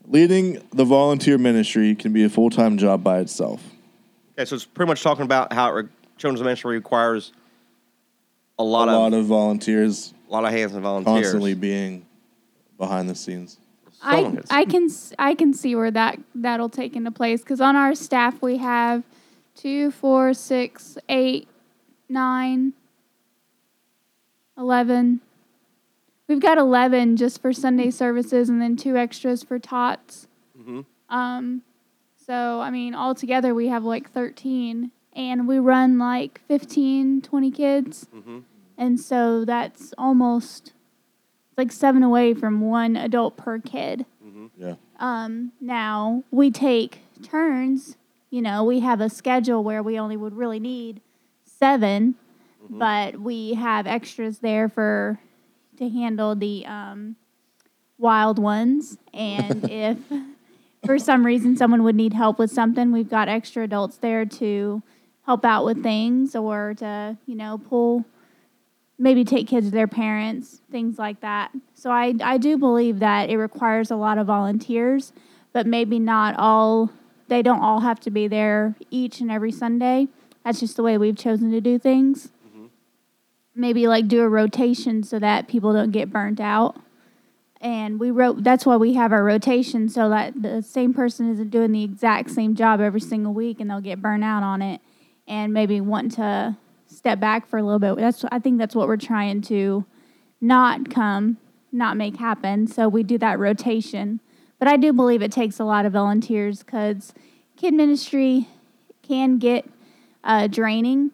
Speaker 2: Leading the volunteer ministry can be a full time job by itself.
Speaker 1: Okay, so it's pretty much talking about how re- children's ministry requires a lot,
Speaker 2: a lot
Speaker 1: of,
Speaker 2: of volunteers
Speaker 1: a lot of hands and volunteers.
Speaker 2: constantly being behind the scenes.
Speaker 1: Some
Speaker 6: I,
Speaker 1: of it's-
Speaker 6: I can s- I can see where that that'll take into place because on our staff we have two, four, six, eight, nine, eleven. We've got eleven just for Sunday services, and then two extras for tots. Um, so I mean, altogether we have like thirteen, and we run like 15, 20 kids, and so that's almost it's like seven away from one adult per kid.
Speaker 2: Yeah.
Speaker 6: Um, now we take turns. You know, we have a schedule where we only would really need 7 but we have extras there for to handle the um, wild ones. And if for some reason someone would need help with something, we've got extra adults there to help out with things or to you know pull maybe take kids to their parents, things like that. So I, I do believe that it requires a lot of volunteers, but maybe not all, they don't all have to be there each and every Sunday. That's just the way we've chosen to do things. Maybe like do a rotation so that people don't get burnt out. And we wrote, that's why we have our rotation so that the same person isn't doing the exact same job every single week and they'll get burnt out on it and maybe want to step back for a little bit. That's I think that's what we're trying to not come, not make happen. So we do that rotation. But I do believe it takes a lot of volunteers because kid ministry can get uh, draining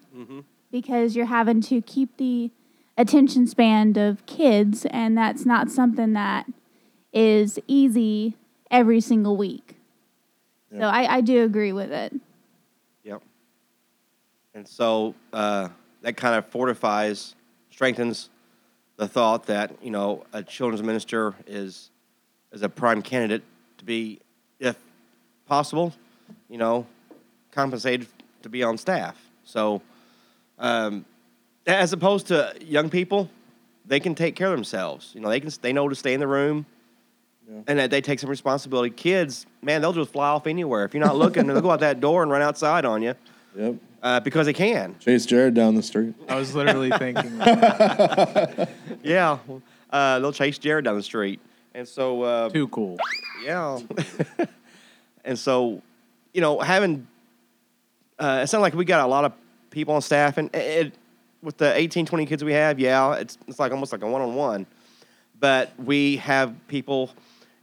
Speaker 6: because you're having to keep the attention span of kids, and that's not something that is easy every single week. So
Speaker 2: Yeah.
Speaker 6: I, I do agree with it.
Speaker 1: Yep. And so uh, that kind of fortifies, strengthens the thought that you know a children's minister is is a prime candidate to be, if possible, you know, compensated to be on staff. So, um, as opposed to young people, they can take care of themselves. You know, they can they know to stay in the room. And that they take some responsibility. Kids, man, they'll just fly off anywhere. If you're not looking, they'll go out that door and run outside on you
Speaker 2: Yep.
Speaker 1: uh, because they can.
Speaker 2: Chase Jared down the street.
Speaker 5: I was literally thinking. that.
Speaker 1: Yeah, uh, they'll chase Jared down the street, and so uh,
Speaker 5: Too cool.
Speaker 1: yeah, and so you know having uh, it sounds like we got a lot of people on staff, and it, it with the 18, 20 kids we have, yeah, it's it's like almost like a one on one, but we have people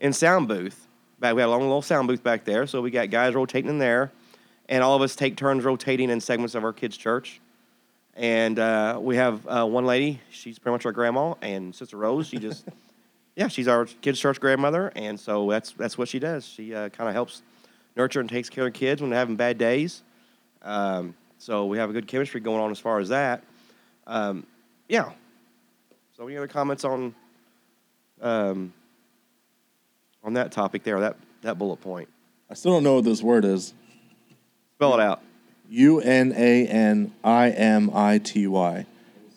Speaker 1: in sound booth. Back we have a long little sound booth back there, so we got guys rotating in there, and all of us take turns rotating in segments of our kids' church. and uh, we have uh, one lady. She's pretty much our grandma, and Sister Rose. She just yeah, she's our kids' church grandmother, and so that's that's what she does. She uh, kind of helps nurture and takes care of kids when they're having bad days. Um, so we have a good chemistry going on as far as that. Um, yeah. So any other comments on um, on that topic there? That that bullet point.
Speaker 2: I still don't know what this word is.
Speaker 1: Spell it out.
Speaker 2: U N A N I M I T Y.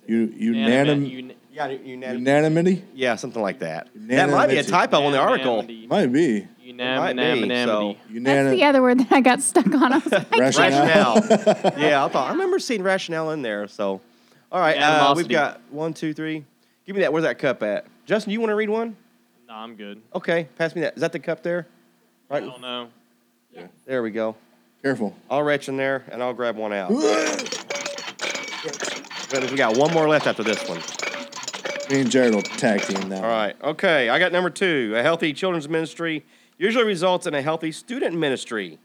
Speaker 2: You unanim-
Speaker 1: Yeah,
Speaker 2: unanimity
Speaker 1: yeah, something like that. That might be a
Speaker 2: Unanimity.
Speaker 1: typo on the article.
Speaker 2: might be
Speaker 1: Might be,
Speaker 4: Unanimity.
Speaker 6: That's the
Speaker 2: unanim-
Speaker 6: other word that I got stuck on. I was like,
Speaker 2: rationale.
Speaker 1: Rationale. yeah, I thought I remember seeing rationale in there. So, all right, uh, we've
Speaker 4: Animosity.
Speaker 1: got one, two, three. Give me that. Where's that cup at? Justin, you want to read one?
Speaker 4: No, I'm good.
Speaker 1: Okay, pass me that. Is that the cup there?
Speaker 4: I
Speaker 1: Right.
Speaker 4: don't know.
Speaker 1: There we go.
Speaker 2: Careful.
Speaker 1: I'll retch in there and I'll grab one out. But we got one more left after this one.
Speaker 2: Me and Jared will tag team that.
Speaker 1: All right. Okay. I got number two. A healthy children's ministry usually results in a healthy student ministry.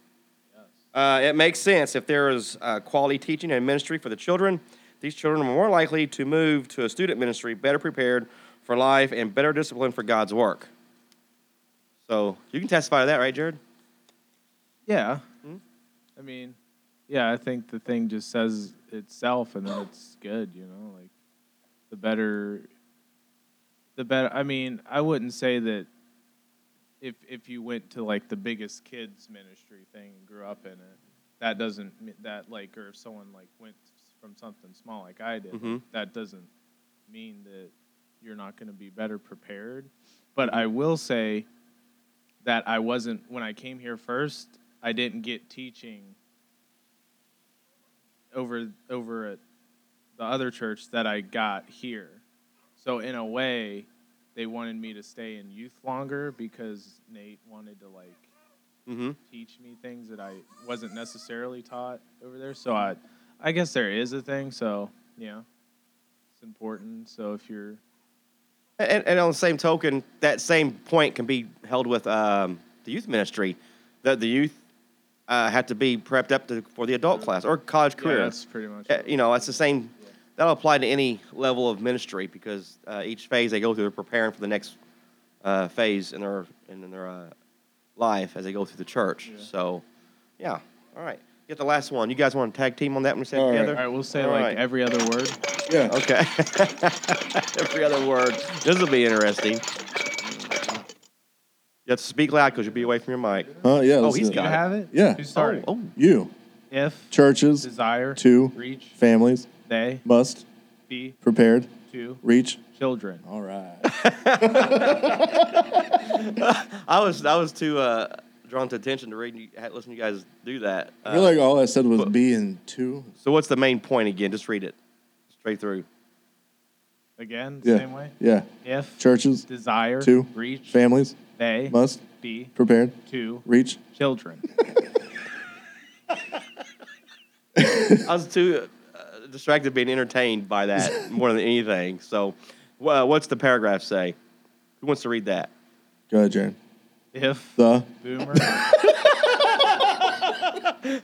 Speaker 1: Uh, it makes sense if there is uh, quality teaching and ministry for the children. These children are more likely to move to a student ministry better prepared for life and better disciplined for God's work. So you can testify to that, right, Jared?
Speaker 5: Yeah. Hmm? I mean, yeah, I think the thing just says itself and then it's good, you know, like the better the better I mean, I wouldn't say that if if you went to like the biggest kids ministry thing and grew up in it, that doesn't m- that like or if someone like went from something small like I did,
Speaker 1: Mhm.
Speaker 5: that doesn't mean that you're not going to be better prepared. But I will say that I wasn't when I came here first. I didn't get teaching over over at the other church that I got here. So in a way, they wanted me to stay in youth longer because Nate wanted to like
Speaker 1: Mm-hmm.
Speaker 5: teach me things that I wasn't necessarily taught over there. So I I guess there is a thing. So yeah, it's important. So if you're
Speaker 1: And, and on the same token, that same point can be held with um, the youth ministry, that the youth uh, have to be prepped up to, for the adult class or college
Speaker 5: yeah,
Speaker 1: career.
Speaker 5: that's pretty much
Speaker 1: Uh, you know, that's the same. That'll apply to any level of ministry because uh, each phase they go through, they're preparing for the next uh, phase in their in their uh, life as they go through the church. So, yeah. All right. Get the last one. You guys want to tag team on that one? we
Speaker 2: All right.
Speaker 5: All
Speaker 1: together?
Speaker 5: right, we'll say
Speaker 1: All
Speaker 5: like
Speaker 1: right.
Speaker 5: every other word.
Speaker 2: Yeah.
Speaker 1: Okay. Every other word. This will be interesting. You have to speak loud because you'll be away from your mic.
Speaker 2: Huh? Uh, Yeah.
Speaker 1: Oh,
Speaker 2: that's
Speaker 1: he's
Speaker 2: it.
Speaker 5: Do you
Speaker 1: Got it.
Speaker 5: have it?
Speaker 2: Yeah.
Speaker 5: Who started?
Speaker 1: Oh,
Speaker 2: you.
Speaker 5: If
Speaker 2: Churches,
Speaker 5: desire
Speaker 2: to
Speaker 5: reach
Speaker 2: families,
Speaker 5: they
Speaker 2: must
Speaker 5: be
Speaker 2: prepared
Speaker 5: to
Speaker 2: reach.
Speaker 5: children.
Speaker 2: All right.
Speaker 1: Uh, oh. I was I was too uh, drawn to attention to reading, you- listening to you guys do that. Uh,
Speaker 2: I feel like all I said was
Speaker 1: but-
Speaker 2: B and two.
Speaker 1: So what's the main point again? Just read it straight through.
Speaker 5: Again,
Speaker 2: Yeah.
Speaker 5: same way.
Speaker 2: Yeah.
Speaker 5: If
Speaker 2: Churches,
Speaker 5: desire
Speaker 2: to
Speaker 5: reach
Speaker 2: families
Speaker 5: they
Speaker 2: must
Speaker 5: be
Speaker 2: prepared
Speaker 5: to
Speaker 2: reach.
Speaker 5: children.
Speaker 1: I was too uh, distracted being entertained by that more than anything. So, wha- what's the paragraph say? Who wants to read that?
Speaker 2: Go ahead, Jared.
Speaker 5: if
Speaker 2: The.
Speaker 5: boomer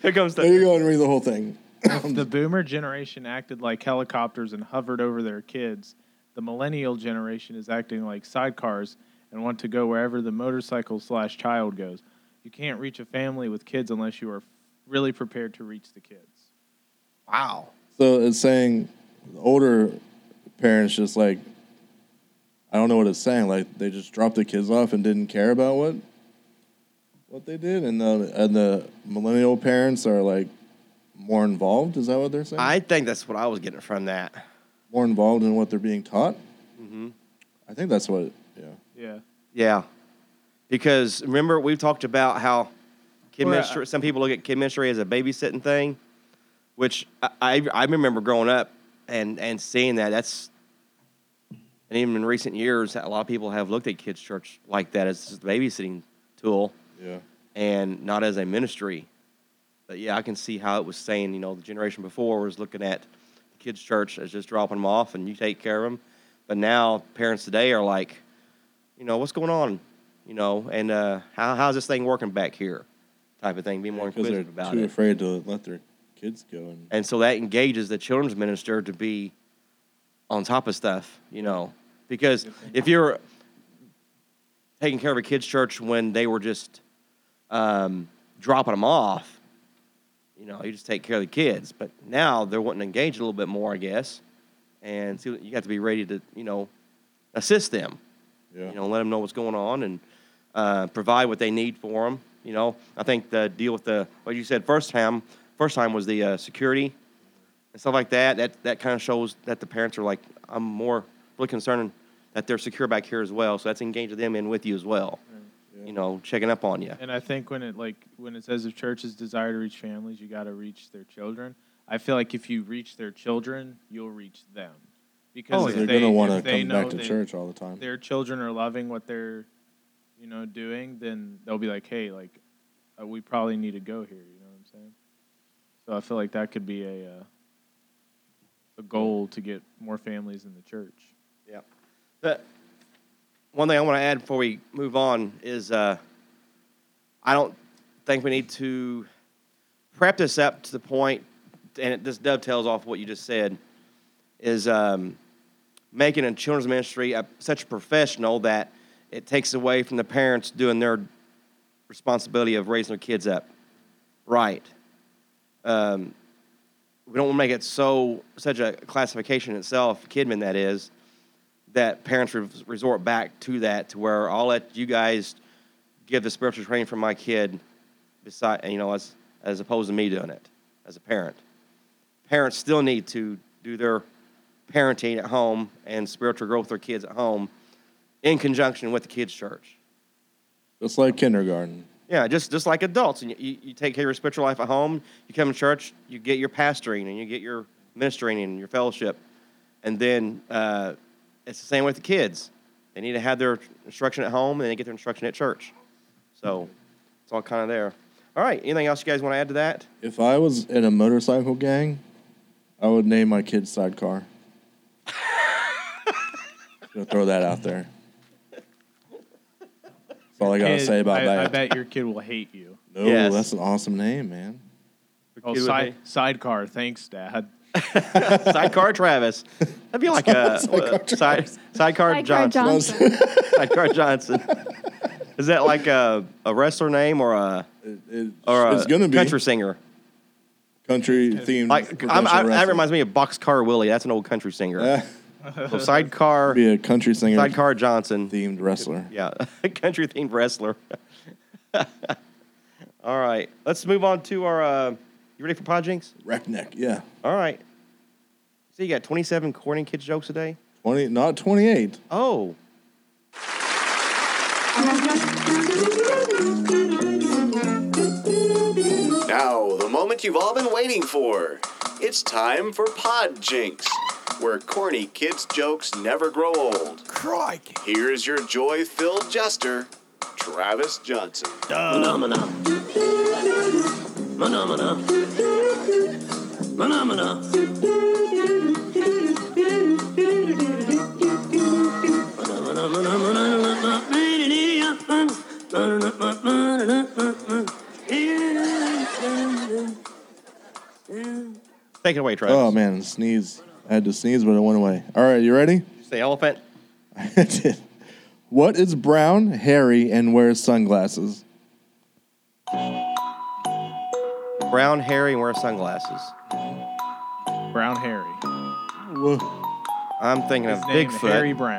Speaker 1: Here comes the.
Speaker 2: There you go and read the whole thing.
Speaker 5: if the boomer generation acted like helicopters and hovered over their kids, the millennial generation is acting like sidecars and want to go wherever the motorcycle slash child goes. You can't reach a family with kids unless you are really prepared to reach the kids.
Speaker 1: Wow.
Speaker 2: So it's saying the older parents just like I don't know what it's saying. Like they just dropped the kids off and didn't care about what what they did, and the and the millennial parents are like more involved. Is that what they're saying?
Speaker 1: I think that's what I was getting from that.
Speaker 2: more involved in what they're being taught.
Speaker 1: Mm-hmm.
Speaker 2: I think that's what. Yeah.
Speaker 5: Yeah.
Speaker 1: Yeah, because remember we've talked about how kid
Speaker 5: Or, uh,
Speaker 1: ministry. Some people look at kid ministry as a babysitting thing, which I, I I remember growing up and and seeing that. That's and even in recent years, a lot of people have looked at kids' church like that as just a babysitting tool
Speaker 2: Yeah.
Speaker 1: and not as a ministry. But yeah, I can see how it was saying, you know, the generation before was looking at the kids' church as just dropping them off and you take care of them. But now parents today are like, you know, what's going on? You know, and uh, how, how's this thing working back here? Type of thing, be more
Speaker 2: Because they're
Speaker 1: inquisitive about
Speaker 2: too
Speaker 1: it.
Speaker 2: afraid to let their kids go. And
Speaker 1: And so that engages the children's minister to be on top of stuff, you know, because if you're taking care of a kids' church when they were just um, dropping them off. You know, you just take care of the kids. But now they're wanting to engage a little bit more, I guess, and see, you got to be ready to, you know, assist them.
Speaker 2: Yeah.
Speaker 1: You know, let them know what's going on and uh, provide what they need for them. You know, I think the deal with the what you said first time, first time was the uh, security and stuff like that. That that kind of shows that the parents are like, I'm more really concerned that they're secure back here as well. So that's engaging them in with you as well. You know, checking up on you.
Speaker 5: And I think when it like when it says if churches desire to reach families, you got to reach their children. I feel like if you reach their children, you'll reach them because
Speaker 1: Oh,
Speaker 5: if
Speaker 1: yeah.
Speaker 2: They're
Speaker 5: they,
Speaker 2: gonna want
Speaker 5: if
Speaker 2: to
Speaker 5: they
Speaker 2: come
Speaker 5: know
Speaker 2: back to
Speaker 5: that
Speaker 2: church all the time.
Speaker 5: Their children are loving what they're, you know, doing. Then they'll be like, hey, like uh, we probably need to go here. You know what I'm saying? So I feel like that could be a uh, a goal to get more families in the church.
Speaker 1: Yeah. But one thing I want to add before we move on is uh, I don't think we need to prep this up to the point, and it, this dovetails off what you just said, is um, making a children's ministry a, such a professional that it takes away from the parents doing their responsibility of raising their kids up right. Um, we don't want to make it so such a classification itself, Kidman that is, that parents re- resort back to that to where I'll let you guys give the spiritual training for my kid, beside you know as as opposed to me doing it as a parent. Parents still need to do their parenting at home and spiritual growth with their kids at home in conjunction with the kids' church.
Speaker 2: Just like kindergarten.
Speaker 1: Yeah, just just like adults, and you, you, you take care of your spiritual life at home. You come to church, you get your pastoring, and you get your ministering and your fellowship, and then uh, it's the same with the kids. They need to have their instruction at home, and they get their instruction at church. So it's all kind of there. All right, anything else you guys want to add to that?
Speaker 2: If I was in a motorcycle gang, I would name my kid Sidecar. Gonna throw that out there. That's all I gotta
Speaker 5: Kid,
Speaker 2: say about
Speaker 5: I,
Speaker 2: that.
Speaker 5: I bet your kid will hate you.
Speaker 2: No,
Speaker 1: Yes.
Speaker 2: that's an awesome name, man.
Speaker 5: Oh,
Speaker 1: Kid with
Speaker 5: side, sidecar. Thanks, Dad.
Speaker 1: a- sidecar Travis. That'd be like a
Speaker 2: Sidecar
Speaker 1: uh, side, sidecar
Speaker 6: Like Johnson.
Speaker 1: Johnson.
Speaker 6: Johnson.
Speaker 1: Sidecar Johnson. Is that like a, a wrestler name or a
Speaker 2: It- it-
Speaker 1: or a
Speaker 2: it's gonna be
Speaker 1: country singer?
Speaker 2: country themed.
Speaker 1: Like I'm, I, that reminds me of Boxcar Willie. That's an old country singer. So sidecar,
Speaker 2: be a country singer
Speaker 1: sidecar Johnson.
Speaker 2: themed wrestler.
Speaker 1: yeah, country themed wrestler. All right, let's move on to our. Uh, you ready for pod jinx?
Speaker 2: Reckneck, yeah.
Speaker 1: All right. So you got 27 corny kids jokes a day.
Speaker 2: Twenty, not twenty-eight.
Speaker 1: Oh,
Speaker 3: Now, the moment you've all been waiting for. It's time for Pod Jinx, where corny kids' jokes never grow old. Here's your joy filled jester, Travis Johnson.
Speaker 1: take it away, Travis.
Speaker 2: Oh man, sneeze. I had to sneeze, but it went away. All right, you ready?
Speaker 1: Say elephant.
Speaker 2: I did. What is brown, hairy, and wears sunglasses?
Speaker 1: Brown, hairy, and wears sunglasses.
Speaker 5: Brown Harry.
Speaker 1: I'm thinking
Speaker 5: His
Speaker 1: of
Speaker 5: name
Speaker 1: Bigfoot.
Speaker 5: Harry Brown.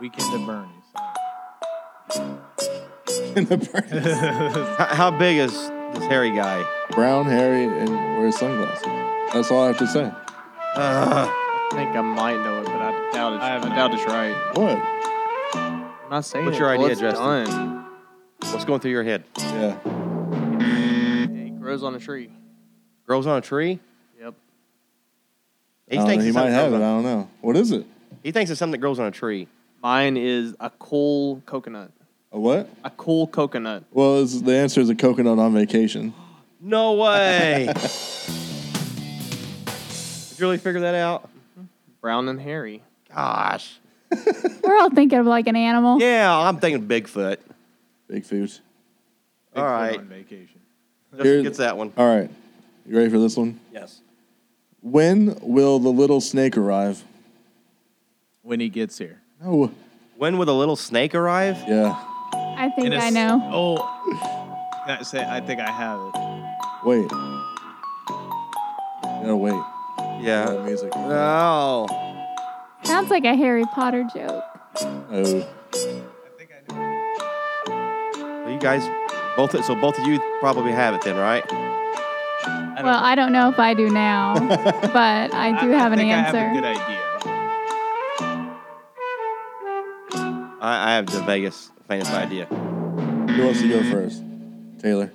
Speaker 5: Weekend at Bernie's.
Speaker 2: In the bird.
Speaker 1: How, how big is this hairy guy?
Speaker 2: brown, hairy, and wears sunglasses. That's all I have to say.
Speaker 4: I think I might know it, but I doubt it's.
Speaker 5: I haven't.
Speaker 4: I doubt it's right.
Speaker 2: What?
Speaker 4: I'm not saying.
Speaker 1: What's
Speaker 4: it
Speaker 1: your
Speaker 4: till
Speaker 1: idea,
Speaker 4: it's
Speaker 1: Justin?
Speaker 4: done.
Speaker 1: What's going through your head?
Speaker 2: Yeah.
Speaker 4: It grows on a tree.
Speaker 1: Grows on a tree.
Speaker 4: Yep.
Speaker 2: I don't know.
Speaker 1: it's
Speaker 2: He might
Speaker 1: something that
Speaker 2: have it. I
Speaker 1: grows on-
Speaker 2: don't know. What is it?
Speaker 1: He thinks it's something that grows on a tree.
Speaker 4: Mine is a cool coconut.
Speaker 2: A what?
Speaker 4: A cool coconut.
Speaker 2: Well, it's, the answer is a coconut on vacation.
Speaker 1: No way. Did you really figure that out?
Speaker 4: Brown and hairy.
Speaker 1: Gosh.
Speaker 6: We're all thinking of like an animal.
Speaker 1: Yeah, I'm thinking Bigfoot.
Speaker 2: Big food.
Speaker 1: All right.
Speaker 5: On vacation.
Speaker 1: Justin gets that one.
Speaker 2: All right. You ready for this one?
Speaker 1: Yes.
Speaker 2: When will the little snake arrive?
Speaker 5: When he gets here.
Speaker 2: No.
Speaker 1: When will the little snake arrive?
Speaker 2: Yeah.
Speaker 6: I think
Speaker 5: And
Speaker 6: I
Speaker 5: it's-
Speaker 6: know.
Speaker 5: Oh, that say I think I have it.
Speaker 2: Wait. You gotta wait. That
Speaker 1: Yeah.
Speaker 2: music.
Speaker 1: Oh.
Speaker 6: Sounds like a Harry Potter joke.
Speaker 2: Oh.
Speaker 5: I think I know.
Speaker 1: You guys, both. So both of you probably have it then, right?
Speaker 5: I
Speaker 6: well, I don't know if I do now, but I do have an
Speaker 5: think
Speaker 6: answer.
Speaker 5: I have a good idea.
Speaker 1: I, I have the vaguest, faintest idea.
Speaker 2: Who wants to go first? Taylor.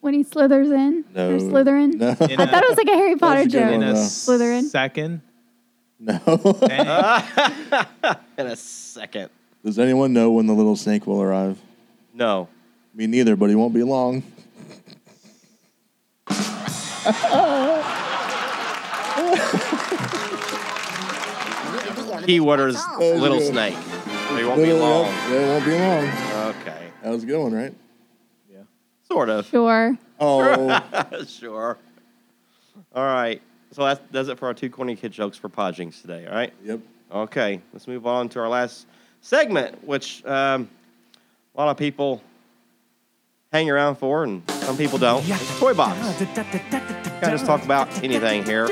Speaker 6: when he slithers in,
Speaker 2: No.
Speaker 6: or Slytherin.
Speaker 2: No.
Speaker 5: In
Speaker 6: I
Speaker 5: a-
Speaker 6: thought it was like a Harry Potter
Speaker 2: a good
Speaker 6: joke.
Speaker 5: in
Speaker 2: one.
Speaker 5: a
Speaker 2: Uh,
Speaker 6: Slytherin.
Speaker 5: second.
Speaker 2: No.
Speaker 5: And
Speaker 1: In a second.
Speaker 2: Does anyone know when the little snake will arrive?
Speaker 1: No.
Speaker 2: Me neither, but he won't be long.
Speaker 1: Key word is
Speaker 2: Oh,
Speaker 1: little
Speaker 2: yeah.
Speaker 1: snake. So you won't be long.
Speaker 2: Yeah, it won't be long.
Speaker 1: Okay.
Speaker 2: That was a good one, right?
Speaker 1: Sort of.
Speaker 6: Sure.
Speaker 2: Oh.
Speaker 1: sure. All right. So that does it for our two corny kid jokes for Podgings today. All right.
Speaker 2: yep.
Speaker 1: Okay. Let's move on to our last segment, which um, a lot of people hang around for, and some people don't. It's toy box. Kind of just talk about anything here.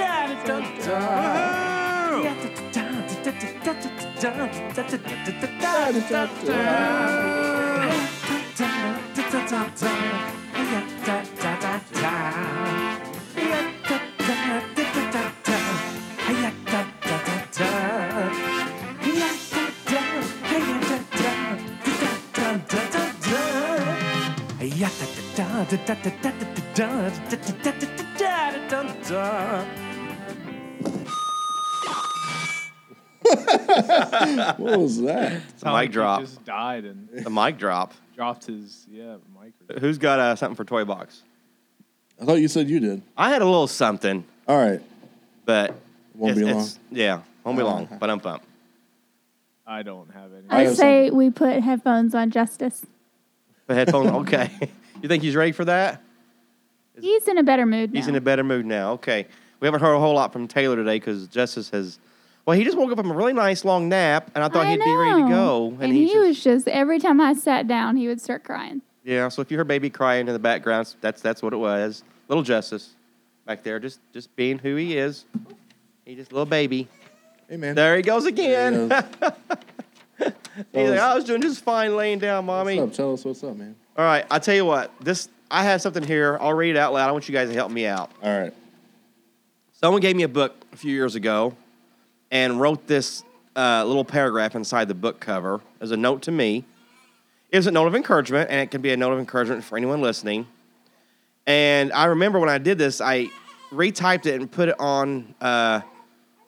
Speaker 2: What was that?
Speaker 1: The mic drop.
Speaker 5: He just died and
Speaker 1: The mic drop.
Speaker 5: dropped his yeah mic.
Speaker 1: Who's got uh, something for toy box?
Speaker 2: I thought you said you did.
Speaker 1: I had a little something,
Speaker 2: All right.
Speaker 1: but
Speaker 2: Won't
Speaker 1: it's-
Speaker 2: be long.
Speaker 1: it's- Yeah, won't be
Speaker 2: Uh,
Speaker 1: long. But I'm pumped.
Speaker 5: I don't have any.
Speaker 2: I
Speaker 6: I,
Speaker 2: have
Speaker 6: say we put headphones on Justice.
Speaker 1: The headphone. Okay. you think he's ready for that?
Speaker 6: He's in a better mood now.
Speaker 1: He's in a better mood now. Okay. We haven't heard a whole lot from Taylor today because Justice has. Well, he just woke up from a really nice long nap, and I thought he'd be ready to
Speaker 6: know.
Speaker 1: go.
Speaker 6: And, he, was just every time I sat down, he would start crying.
Speaker 1: Yeah. So if you heard baby crying in the background, that's that's what it was. Little Justice, back there, just just being who he is. He just a little baby.
Speaker 2: Hey, man.
Speaker 1: There he goes
Speaker 2: There
Speaker 1: again.
Speaker 2: he goes.
Speaker 1: He's like, "Oh,
Speaker 2: Well,
Speaker 1: I was doing just fine laying down, mommy.
Speaker 2: What's up? Tell us what's up, man.
Speaker 1: All right, I tell you what. This I have something here. I'll read it out loud. I want you guys to help me out.
Speaker 2: All right.
Speaker 1: Someone gave me a book a few years ago, and wrote this uh, little paragraph inside the book cover as a note to me. It was a note of encouragement, and it can be a note of encouragement for anyone listening. And I remember when I did this, I retyped it and put it on uh,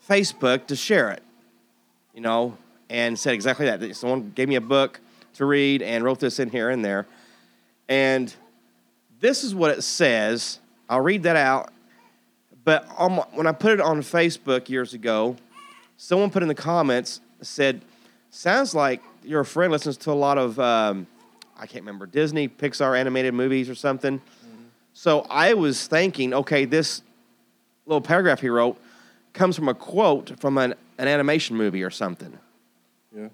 Speaker 1: Facebook to share it. You know, and said exactly that. that Someone gave me a book to read and wrote this in here and there. And this is what it says. I'll read that out. But on my- when I put it on Facebook years ago, someone put in the comments said, "Sounds like your friend listens to a lot of um, I can't remember Disney, Pixar animated movies or something." So I was thinking, okay, this little paragraph he wrote comes from a quote from an, an animation movie or something.
Speaker 2: Yeah.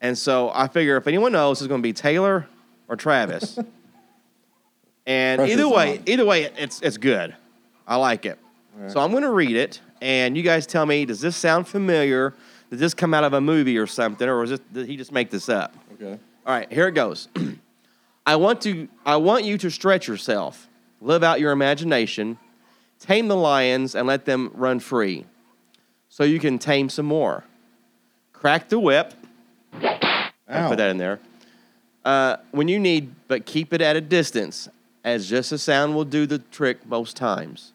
Speaker 1: And so I figure if anyone knows, it's going to be Taylor or Travis. and
Speaker 2: Pressure's
Speaker 1: either way,
Speaker 2: on.
Speaker 1: either way, it's it's good. I like it. So I'm going to read it, and you guys tell me: Does this sound familiar? Did this come out of a movie or something, or was it, did he just make this up?
Speaker 2: Okay.
Speaker 1: All right, here it goes. I want to I want you to stretch yourself, live out your imagination, tame the lions and let them run free so you can tame some more. Crack the whip. I
Speaker 2: Ow.
Speaker 1: put that in there. Uh, when you need, but keep it at a distance, as just a sound will do the trick most times.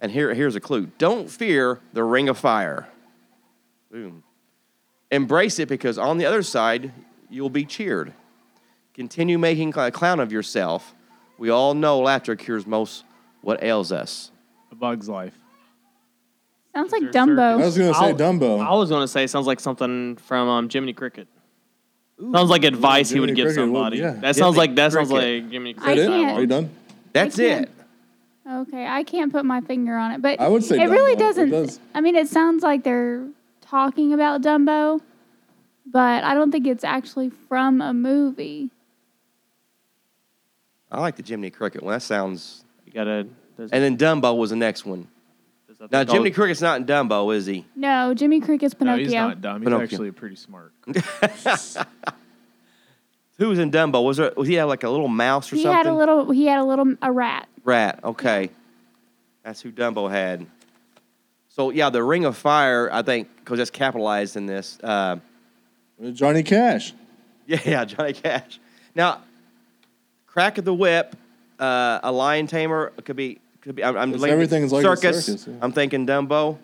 Speaker 1: And here, here's a clue: don't fear the ring of fire. Boom. Embrace it because on the other side you'll be cheered. Continue making a clown of yourself. We all know laughter cures most what ails us.
Speaker 5: A Bug's Life.
Speaker 6: Sounds like
Speaker 4: Is there a
Speaker 2: I was
Speaker 6: Dumbo.
Speaker 2: gonna say
Speaker 4: I'll-
Speaker 2: Dumbo.
Speaker 4: I was gonna say sounds like something from um, Jiminy Cricket. sounds like advice he would
Speaker 2: Jiminy
Speaker 4: give
Speaker 2: Cricket would-
Speaker 4: somebody.
Speaker 2: yeah.
Speaker 4: That sounds
Speaker 1: Jiminy
Speaker 4: like that sounds
Speaker 1: Cricket.
Speaker 4: like Jiminy
Speaker 6: I
Speaker 2: Is
Speaker 4: Cricket.
Speaker 2: that it?
Speaker 6: can't.
Speaker 2: Are you done?
Speaker 1: That's
Speaker 6: can't-
Speaker 1: it.
Speaker 6: Okay, I can't put my finger on it, but
Speaker 2: I would say
Speaker 6: it really
Speaker 2: Dumbo. It
Speaker 6: doesn't.
Speaker 2: does.
Speaker 6: I mean, it sounds like they're talking about Dumbo, but I don't think it's actually from a movie.
Speaker 1: I like the Jiminy Cricket one. That sounds.
Speaker 4: You gotta. There's,
Speaker 1: And then Dumbo was the next one.
Speaker 4: there's nothing
Speaker 1: Now
Speaker 4: called-
Speaker 1: Jiminy Cricket's not in Dumbo, is he?
Speaker 6: No, Jimmy Cricket's
Speaker 5: No,
Speaker 6: Pinocchio.
Speaker 5: he's not dumb. He's
Speaker 1: Pinocchio.
Speaker 5: actually pretty smart.
Speaker 1: Who was in Dumbo? Was there? Was he had like a little mouse or
Speaker 6: he
Speaker 1: something?
Speaker 6: had a little. He had a little a rat.
Speaker 1: rat. Okay, that's who Dumbo had. So yeah, the Ring of Fire. I think because that's capitalized in this. Uh,
Speaker 2: Johnny Cash.
Speaker 1: Yeah, yeah, Johnny Cash. Now, Crack of the Whip, uh, a Lion Tamer could be could be. I'm, I'm
Speaker 2: It's
Speaker 1: linking
Speaker 2: everything's like a circus, yeah.
Speaker 1: I'm thinking Dumbo,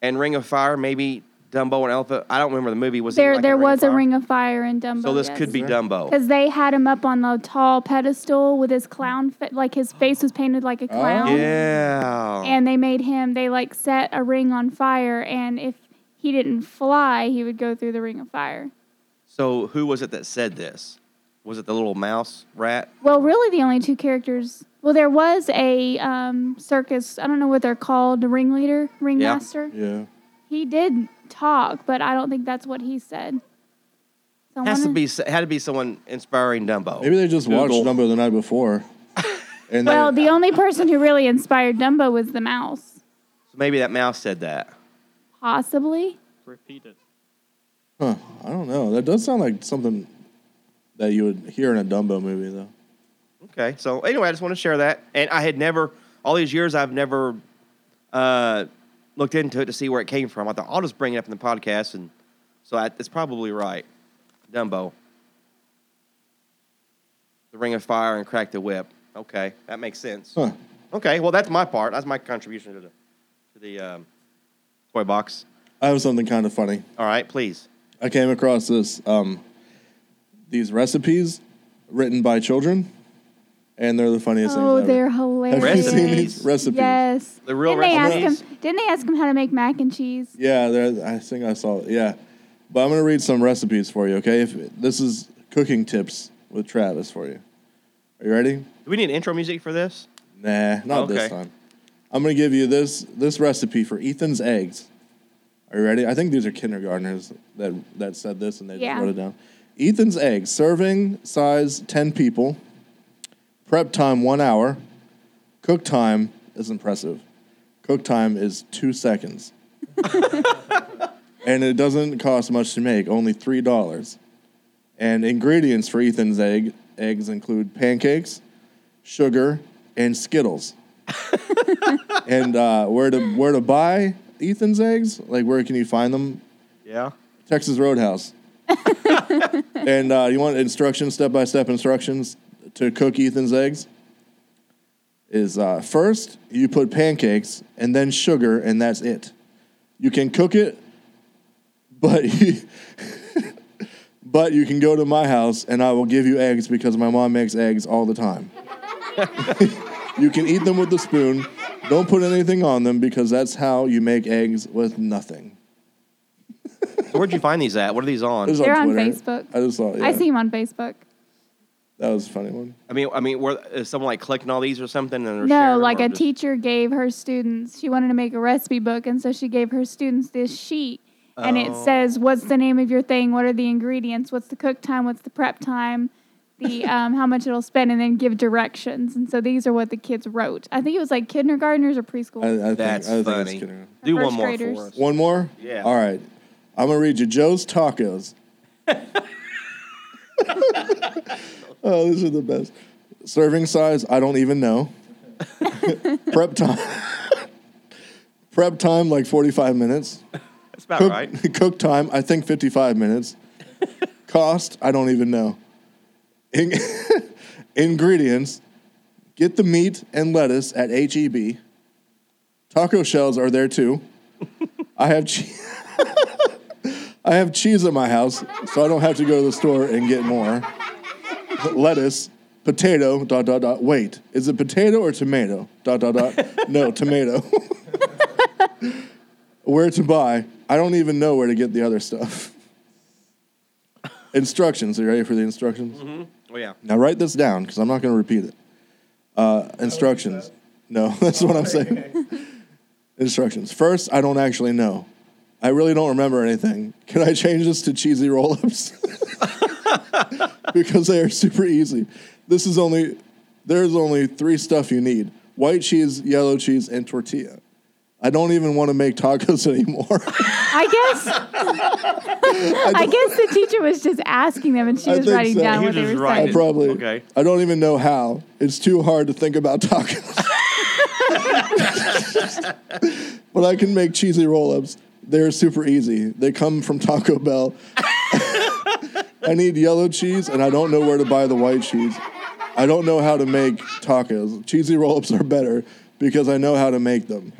Speaker 1: and Ring of Fire. Maybe Dumbo and Elephant. I don't remember the movie. Was it
Speaker 6: there,
Speaker 1: like
Speaker 6: there was a
Speaker 1: Fire?
Speaker 6: ring of fire in Dumbo.
Speaker 1: So this could be Dumbo.
Speaker 6: because they had him up on the tall pedestal with his clown, fa- like his face was painted
Speaker 2: Oh.
Speaker 6: like a clown.
Speaker 1: Yeah.
Speaker 6: And they made him. They like set a ring on fire, and if he didn't fly, he would go through the ring of fire.
Speaker 1: so who was it that said this? Was it the little mouse rat?
Speaker 6: Well, really, the only two characters. Well, there was a um, circus. I don't know what they're called. The ringleader, ringmaster.
Speaker 2: Yeah.
Speaker 6: He did talk, but I don't think that's what he said. So I
Speaker 1: Has to
Speaker 6: wanna-
Speaker 1: be s- had to be someone inspiring Dumbo.
Speaker 2: Oh. Maybe they just
Speaker 1: Google.
Speaker 2: watched Dumbo the night before. And they,
Speaker 6: Well, the only person who really inspired Dumbo was the mouse,
Speaker 1: Maybe that mouse said that.
Speaker 6: possibly.
Speaker 4: Repeat it.
Speaker 2: huh, I don't know. That does sound like something that you would hear in a Dumbo movie, though.
Speaker 1: Okay. So anyway, I just want to share that. And I had never, all these years, I've never uh, looked into it to see where it came from. I thought I'll just bring it up in the podcast, and so I, it's probably right. Dumbo, the Ring of Fire, and Crack the Whip. Okay, that makes sense.
Speaker 2: Huh.
Speaker 1: Okay, well that's my part. That's my contribution to the to the um, toy box.
Speaker 2: I have something kind of funny.
Speaker 1: All right, please.
Speaker 2: I came across this um, these recipes written by children, and they're the funniest
Speaker 6: Oh,
Speaker 2: things.
Speaker 6: they're
Speaker 2: ever.
Speaker 6: hilarious.
Speaker 2: Have you seen
Speaker 1: Recipes.
Speaker 2: these recipes?
Speaker 6: Yes.
Speaker 1: The real
Speaker 6: didn't they
Speaker 1: recipes?
Speaker 6: ask him? Didn't they ask him how to make mac and cheese?
Speaker 2: Yeah, there. I think I saw. it. Yeah, but I'm gonna read some recipes for you. Okay, if this is cooking tips with Travis for you. Are you ready?
Speaker 1: Do we need intro music for this?
Speaker 2: Nah, not
Speaker 1: Okay.
Speaker 2: this time. I'm gonna give you this this recipe for Ethan's eggs. Are you ready? I think these are kindergartners that that said this and they
Speaker 6: Yeah.
Speaker 2: just wrote it down. Ethan's eggs, serving size ten people, prep time one hour, cook time is impressive. Cook time is two seconds. and it doesn't cost much to make, only three dollars. And ingredients for Ethan's egg eggs include pancakes, sugar, and Skittles. and uh, where to where to buy Ethan's eggs? Like where can you find them?
Speaker 1: Yeah.
Speaker 2: Texas Roadhouse. and uh, you want instructions, step by step instructions to cook Ethan's eggs? Is uh, first you put pancakes and then sugar, and that's it. You can cook it, but you, but you can go to my house and I will give you eggs because my mom makes eggs all the time. you can eat them with a spoon. Don't put anything on them because that's how you make eggs with nothing.
Speaker 1: So where'd you find these at? What are these on?
Speaker 2: This is
Speaker 6: They're on
Speaker 2: Twitter.
Speaker 6: Facebook.
Speaker 2: I just saw. Yeah.
Speaker 6: I see him on Facebook.
Speaker 2: That was a funny one.
Speaker 1: I mean, I mean, were, is someone like collecting all these or something? And they're sharing
Speaker 6: No,
Speaker 1: them,
Speaker 6: like
Speaker 1: or
Speaker 6: a
Speaker 1: just-
Speaker 6: teacher gave her students. She wanted to make a recipe book, and so she gave her students this sheet, and it
Speaker 1: Oh.
Speaker 6: says, "What's the name of your thing? What are the ingredients? What's the cook time? What's the prep time?" The um, how much it'll spend, and then give directions. And so these are what the kids wrote. I think it was like kindergartners or preschool.
Speaker 2: I, I think,
Speaker 1: That's
Speaker 2: I think it's
Speaker 1: funny.
Speaker 2: kidding.
Speaker 1: Do one
Speaker 6: First
Speaker 1: more
Speaker 6: graders.
Speaker 1: for us.
Speaker 2: One more.
Speaker 1: Yeah.
Speaker 2: All right. I'm gonna read you Joe's Tacos. oh, these are the best. Serving size, I don't even know. Prep time. Prep time, like 45 minutes.
Speaker 1: That's about
Speaker 2: Cook,
Speaker 1: right.
Speaker 2: cook time, I think 55 minutes. Cost, I don't even know. In- ingredients, get the meat and lettuce at HEB. Taco shells are there too. I have cheese. I have cheese at my house, so I don't have to go to the store and get more. Lettuce, potato, dot dot dot. Wait, is it potato or tomato? Dot dot dot. No, tomato. where to buy? I don't even know where to get the other stuff. instructions. Are you ready for the instructions?
Speaker 1: Oh yeah.
Speaker 2: Now write this down because I'm not going to repeat it. Uh, instructions. No, that's what I'm saying. instructions. First, I don't actually know. I really don't remember anything. Can I change this to cheesy roll ups? because they are super easy. This is only, there's only three stuff you need white cheese, yellow cheese, and tortilla. I don't even want to make tacos anymore.
Speaker 6: I guess. I guess the teacher was just asking them, and she
Speaker 2: I
Speaker 6: was
Speaker 2: think
Speaker 6: writing
Speaker 2: so.
Speaker 6: down
Speaker 2: He
Speaker 6: what they
Speaker 4: was
Speaker 6: were
Speaker 2: I
Speaker 4: writing.
Speaker 6: saying.
Speaker 2: probably,
Speaker 4: Okay.
Speaker 2: I don't even know how. It's too hard to think about tacos. but I can make cheesy roll ups. They're super easy. They come from Taco Bell. I need yellow cheese, and I don't know where to buy the white cheese. I don't know how to make tacos. Cheesy roll ups are better because I know how to make them.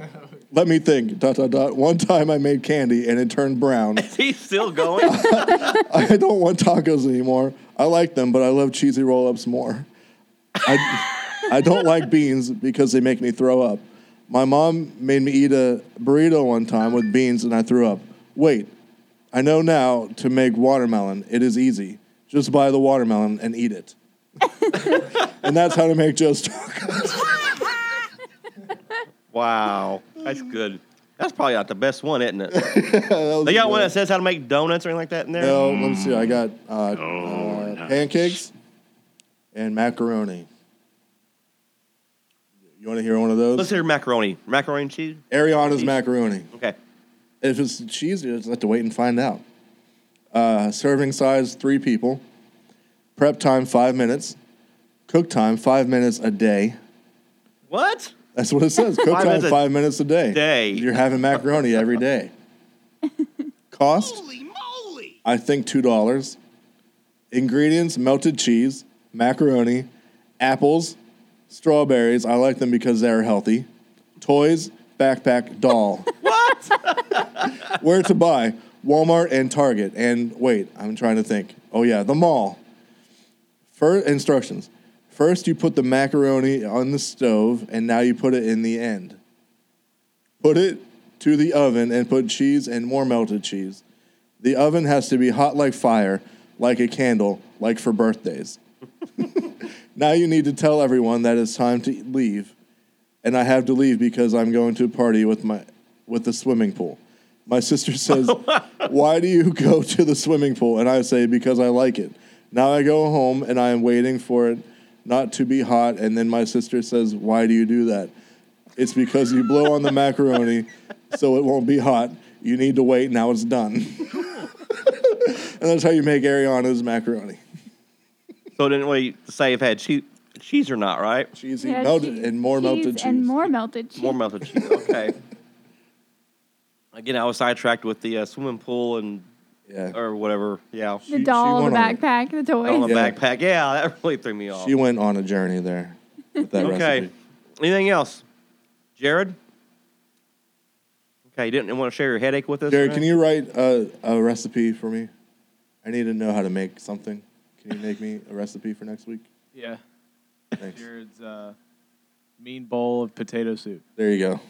Speaker 2: Let me think. Dot, dot, dot. One time I made candy and it turned brown.
Speaker 4: He's still going.
Speaker 2: I don't want tacos anymore. I like them, but I love cheesy roll ups more. I, I don't like beans because they make me throw up. My mom made me eat a burrito one time with beans and I threw up. Wait, I know now to make watermelon. It is easy. Just buy the watermelon and eat it. and that's how to make Joe's tacos.
Speaker 1: Wow, that's good. That's probably not the best one, isn't it?
Speaker 2: That was
Speaker 1: They got one
Speaker 2: good.
Speaker 1: that says how to make donuts or anything like that in there.
Speaker 2: No, let me see. I got uh,
Speaker 1: Oh,
Speaker 2: uh, pancakes and macaroni. You want to hear one of those?
Speaker 1: Let's hear macaroni, macaroni and cheese.
Speaker 2: Ariana's macaroni.
Speaker 1: Okay.
Speaker 2: If it's cheesy, just have to wait and find out. Uh, serving size three people. Prep time five minutes. Cook time five minutes a day.
Speaker 1: What?
Speaker 2: That's what it says. Cook
Speaker 1: Five
Speaker 2: time
Speaker 1: minutes a
Speaker 2: five minutes a day.
Speaker 1: day.
Speaker 2: You're having macaroni every day. Cost? I think two dollars. Ingredients: melted cheese, macaroni, apples, strawberries. I like them because they're healthy. Toys, backpack, doll. what? Where to buy? Walmart and Target. And wait, I'm trying to think. Oh yeah, the mall. First instructions. First, you put the macaroni on the stove, and now you put it in the end. Put it to the oven and put cheese and more melted cheese. The oven has to be hot like fire, like a candle, like for birthdays. now you need to tell everyone that it's time to leave, and I have to leave because I'm going to a party with my with the swimming pool. My sister says, "Why do you go to the swimming pool?" And I say, "Because I like it." Now I go home and I am waiting for it not to be hot, and then my sister says, "Why do you do that?" It's because you blow on the macaroni so it won't be hot. You need to wait. Now it's done. and that's how you make Ariana's macaroni.
Speaker 1: So it didn't really say if it had cheese, cheese or not, right?
Speaker 2: Cheesy
Speaker 6: Yeah,
Speaker 2: melted
Speaker 6: cheese-
Speaker 2: and more melted cheese.
Speaker 6: And more melted cheese.
Speaker 1: More melted cheese. Okay. Again, I was sidetracked with the uh, swimming pool and
Speaker 2: yeah.
Speaker 1: or whatever. Yeah.
Speaker 2: she-
Speaker 6: the
Speaker 2: she
Speaker 6: doll, the
Speaker 2: went on it.
Speaker 6: backpack, the
Speaker 1: On the
Speaker 6: toys.
Speaker 2: Yeah.
Speaker 1: backpack. Yeah, that really threw me off.
Speaker 2: She went on a journey there with that
Speaker 1: okay.
Speaker 2: recipe.
Speaker 1: Anything else, Jared? Okay, you didn't want to share your headache with us.
Speaker 2: Jared, can you write a, a recipe for me? I need to know how to make something. Can you make me a recipe for next week?
Speaker 5: Yeah.
Speaker 2: Thanks.
Speaker 5: Jared's uh, mean bowl of potato soup.
Speaker 2: There you go.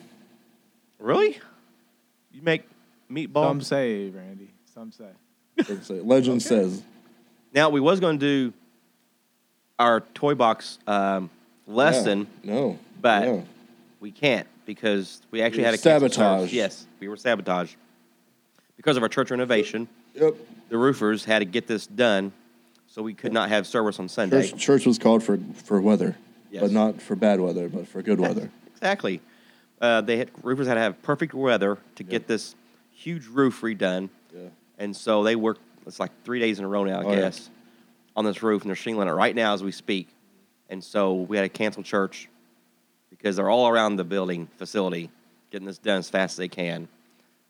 Speaker 1: Really? You make
Speaker 5: Some
Speaker 1: meatballs.
Speaker 5: say, Randy. Some say.
Speaker 2: That's it. Legend says.
Speaker 1: now we was going to do our toy box um, lesson,
Speaker 2: Yeah. No.
Speaker 1: but
Speaker 2: no.
Speaker 1: we can't because we actually
Speaker 2: We
Speaker 1: had a
Speaker 2: were
Speaker 1: cancel
Speaker 2: sabotaged.
Speaker 1: service. Yes, we were sabotaged because of our church renovation.
Speaker 2: Yep.
Speaker 1: The roofers had to get this done, so we could not have service on Sunday.
Speaker 2: Church, church was called for, for weather,
Speaker 1: Yes.
Speaker 2: but not for bad weather, but for good weather.
Speaker 1: Exactly. Uh, they had, roofers had to have perfect weather to
Speaker 2: Yeah.
Speaker 1: get this huge roof redone,
Speaker 2: yeah.
Speaker 1: and so they worked. It's like three days in a row now, I
Speaker 2: Oh, yeah.
Speaker 1: guess, on this roof, and they're shingling it right now as we speak. And so we had to cancel church because they're all around the building facility getting this done as fast as they can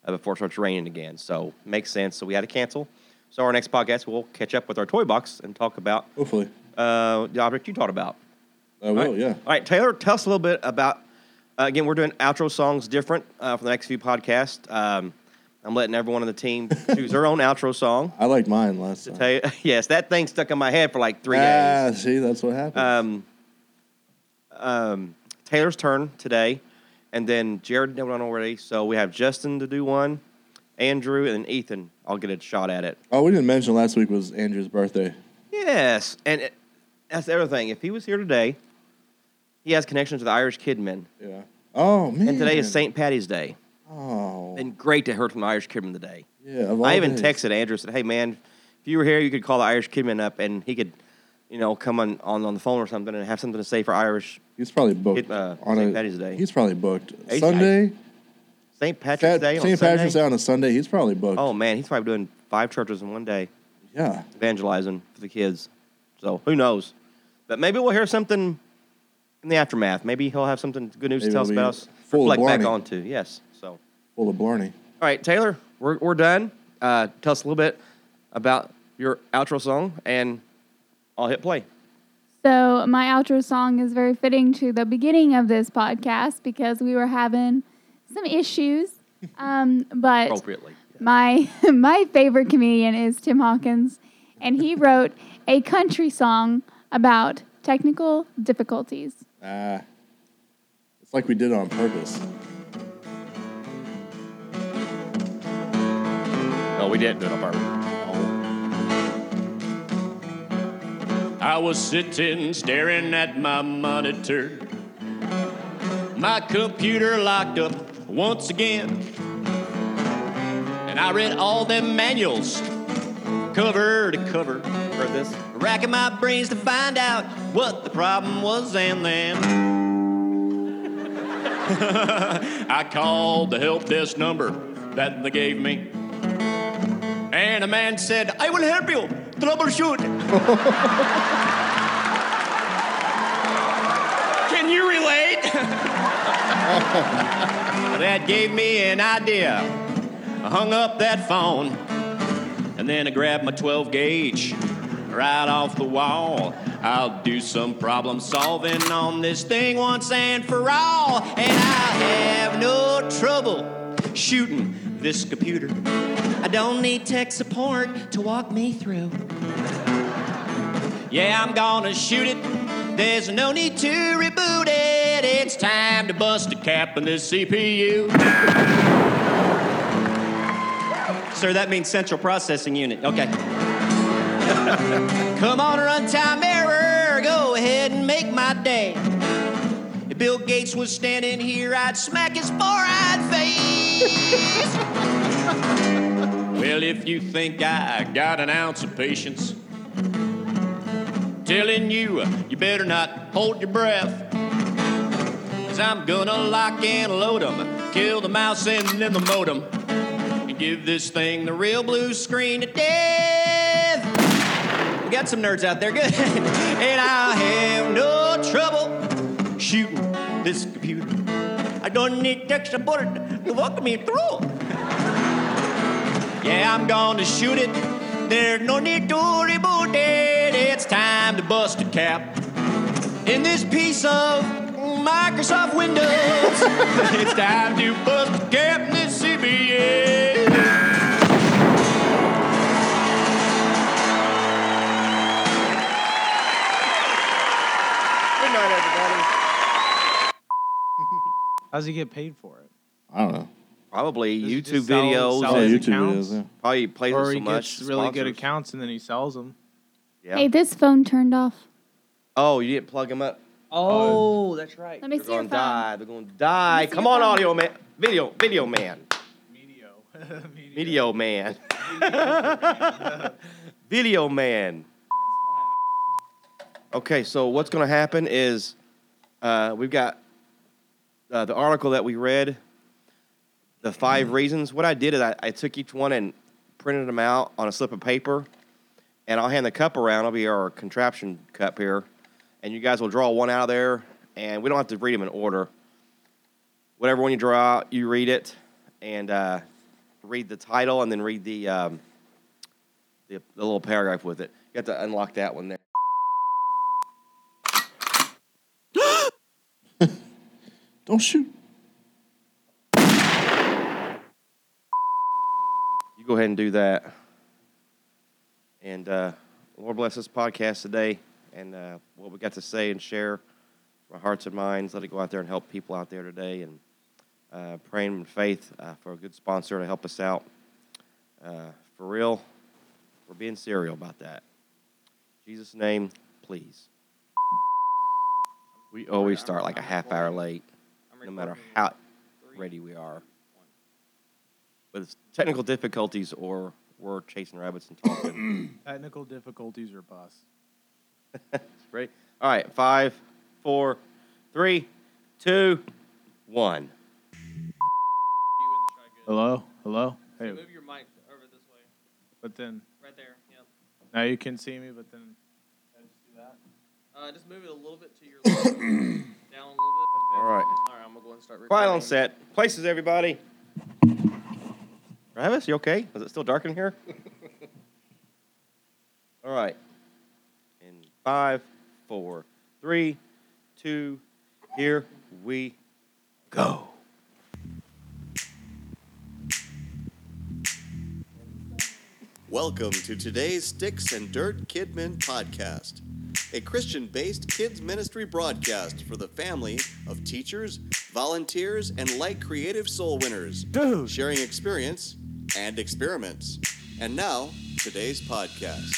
Speaker 1: uh, before it starts raining again. So makes sense. So we had to cancel. So our next podcast, we'll catch up with our toy box and talk about
Speaker 2: Hopefully.
Speaker 1: uh, the object you talked about.
Speaker 2: I
Speaker 1: All
Speaker 2: will,
Speaker 1: right.
Speaker 2: Oh, yeah.
Speaker 1: All right, Taylor, tell us a little bit about. Uh, again, we're doing outro songs different uh, for the next few podcasts. Um, I'm letting everyone on the team choose their own outro song.
Speaker 2: I liked mine last
Speaker 1: To
Speaker 2: time.
Speaker 1: tell you, yes, that thing stuck in my head for like three
Speaker 2: ah,
Speaker 1: days.
Speaker 2: see, that's what happens.
Speaker 1: Um, um, Taylor's turn today, and then Jared did one already. So we have Justin to do one, Andrew, and then Ethan. I'll get a shot at it.
Speaker 2: oh, we didn't mention last week was Andrew's birthday.
Speaker 1: Yes, and it, that's the other thing. If he was here today, he has connections with Irish Kidmen,
Speaker 2: Yeah. Oh man.
Speaker 1: and today is St. Patty's Day.
Speaker 2: Oh.
Speaker 1: been great to hear from the Irish Kidman today.
Speaker 2: Yeah, of all
Speaker 1: I even
Speaker 2: days.
Speaker 1: texted Andrew said, "Hey man, if you were here, you could call the Irish Kidman up, and he could, you know, come on on, on the phone or something and have something to say for Irish
Speaker 2: He's probably booked
Speaker 1: It, uh,
Speaker 2: on
Speaker 1: St.
Speaker 2: a
Speaker 1: Patty's Day.
Speaker 2: He's probably booked
Speaker 1: He's-
Speaker 2: Sunday.
Speaker 1: St. Patrick's
Speaker 2: Pat-
Speaker 1: Day on
Speaker 2: St.
Speaker 1: Sunday.
Speaker 2: Patrick's Day on a Sunday. He's probably booked.
Speaker 1: Oh man, he's probably doing five churches in one day,
Speaker 2: yeah.
Speaker 1: evangelizing for the kids. So who knows? But maybe we'll hear something in the aftermath. Maybe he'll have something good news
Speaker 2: Maybe
Speaker 1: to tell us
Speaker 2: it'll
Speaker 1: about
Speaker 2: be
Speaker 1: us.
Speaker 2: full of
Speaker 1: Reflect back
Speaker 2: blarney.
Speaker 1: onto yes. So.
Speaker 2: Full of blarney.
Speaker 1: All right, Taylor, we're, we're done. Uh, tell us a little bit about your outro song, and I'll hit play.
Speaker 6: So, my outro song is very fitting to the beginning of this podcast because we were having some issues. Um, but
Speaker 1: Appropriately.
Speaker 6: my my favorite comedian is Tim Hawkins, and he wrote a country song about technical difficulties.
Speaker 2: Ah. It's like we did it on purpose.
Speaker 1: No, we didn't do it on purpose.
Speaker 8: I was sitting staring at my monitor. My computer locked up once again. And I read all them manuals, cover to cover,
Speaker 1: Heard this?
Speaker 8: racking my brains to find out what the problem was and then. I called the help desk number that they gave me. And a man said, I will help you troubleshoot. Can you relate? that gave me an idea. I hung up that phone and then I grabbed my 12 gauge right off the wall. I'll do some problem solving on this thing once and for all, and I'll have no trouble shooting this computer. I don't need tech support to walk me through. Yeah, I'm gonna shoot it. There's no need to reboot it. It's time to bust a cap in this CPU. Sir, that means central processing unit. Okay. Come on, runtime error. Go ahead and make my day. If Bill Gates was standing here, I'd smack his four-eyed face. well, if you think I got an ounce of patience, telling you, you better not hold your breath. Cause I'm gonna lock and load 'em, kill the mouse and then the modem, and give this thing the real blue screen to death. We got some nerds out there, good. and I'll have no trouble shooting this computer. I don't need tech support to walk me through. Yeah, I'm gonna shoot it. There's no need to reboot it. It's time to bust a cap in this piece of Microsoft Windows. it's time to bust a cap in this CBS.
Speaker 1: Good night, everybody.
Speaker 5: How's he get paid for it?
Speaker 2: I don't
Speaker 1: Oh,
Speaker 2: know.
Speaker 1: Probably
Speaker 5: Does he
Speaker 1: YouTube
Speaker 5: just sell-
Speaker 1: videos.
Speaker 5: sell
Speaker 2: Oh,
Speaker 5: his
Speaker 1: and
Speaker 2: YouTube
Speaker 5: accounts?
Speaker 2: videos, yeah.
Speaker 1: Probably plays
Speaker 5: Or
Speaker 1: so
Speaker 5: he
Speaker 1: much.
Speaker 5: gets really good
Speaker 1: sponsors.
Speaker 5: accounts and then he sells them.
Speaker 1: Yeah.
Speaker 6: Hey, this phone turned off.
Speaker 1: Oh, you didn't plug them up.
Speaker 4: Oh, that's right.
Speaker 6: Let me
Speaker 1: They're
Speaker 6: see your
Speaker 1: gonna
Speaker 6: phone.
Speaker 1: die. They're gonna die.
Speaker 6: Let me see
Speaker 1: Come
Speaker 6: your
Speaker 1: on,
Speaker 6: phone.
Speaker 1: audio man, video, video man, video man, video man. Okay, so what's gonna happen is uh, we've got uh, the article that we read, the five reasons. What I did is I, I took each one and printed them out on a slip of paper, and I'll hand the cup around. It'll be our contraption cup here, and you guys will draw one out of there, and we don't have to read them in order. Whatever one you draw, out, you read it, and uh, read the title, and then read the, um, the the little paragraph with it. You have to unlock that one there.
Speaker 2: Don't shoot.
Speaker 1: you go ahead and do that. And uh, Lord bless this podcast today and uh, what we got to say and share. Our hearts and minds, let it go out there and help people out there today. And uh, praying in faith uh, for a good sponsor to help us out. Uh, for real, we're being serial about that. In Jesus' name, please. We always start like a half hour late, no matter how ready we are. But it's technical difficulties or we're chasing rabbits and talking.
Speaker 5: Technical difficulties are bust.
Speaker 1: Ready? All right, five, four, three, two, one.
Speaker 5: Hello, hello. Hey,
Speaker 4: Move your mic over this way,
Speaker 5: but then
Speaker 4: right there. Yeah.
Speaker 5: now you can see me, but then
Speaker 4: Uh, just move it a little bit to your left, down a little bit.
Speaker 1: All right.
Speaker 4: All right, I'm gonna go ahead and start recording.
Speaker 1: Quiet on set. Places, everybody. Travis, you okay? Is it still dark in here? All right. In five, four, three, two, here we go.
Speaker 3: Welcome to today's Sticks and Dirt Kidmen podcast, a Christian based kids ministry broadcast for the family of teachers, volunteers, and like creative soul winners, sharing experience and experiments. And now, today's podcast.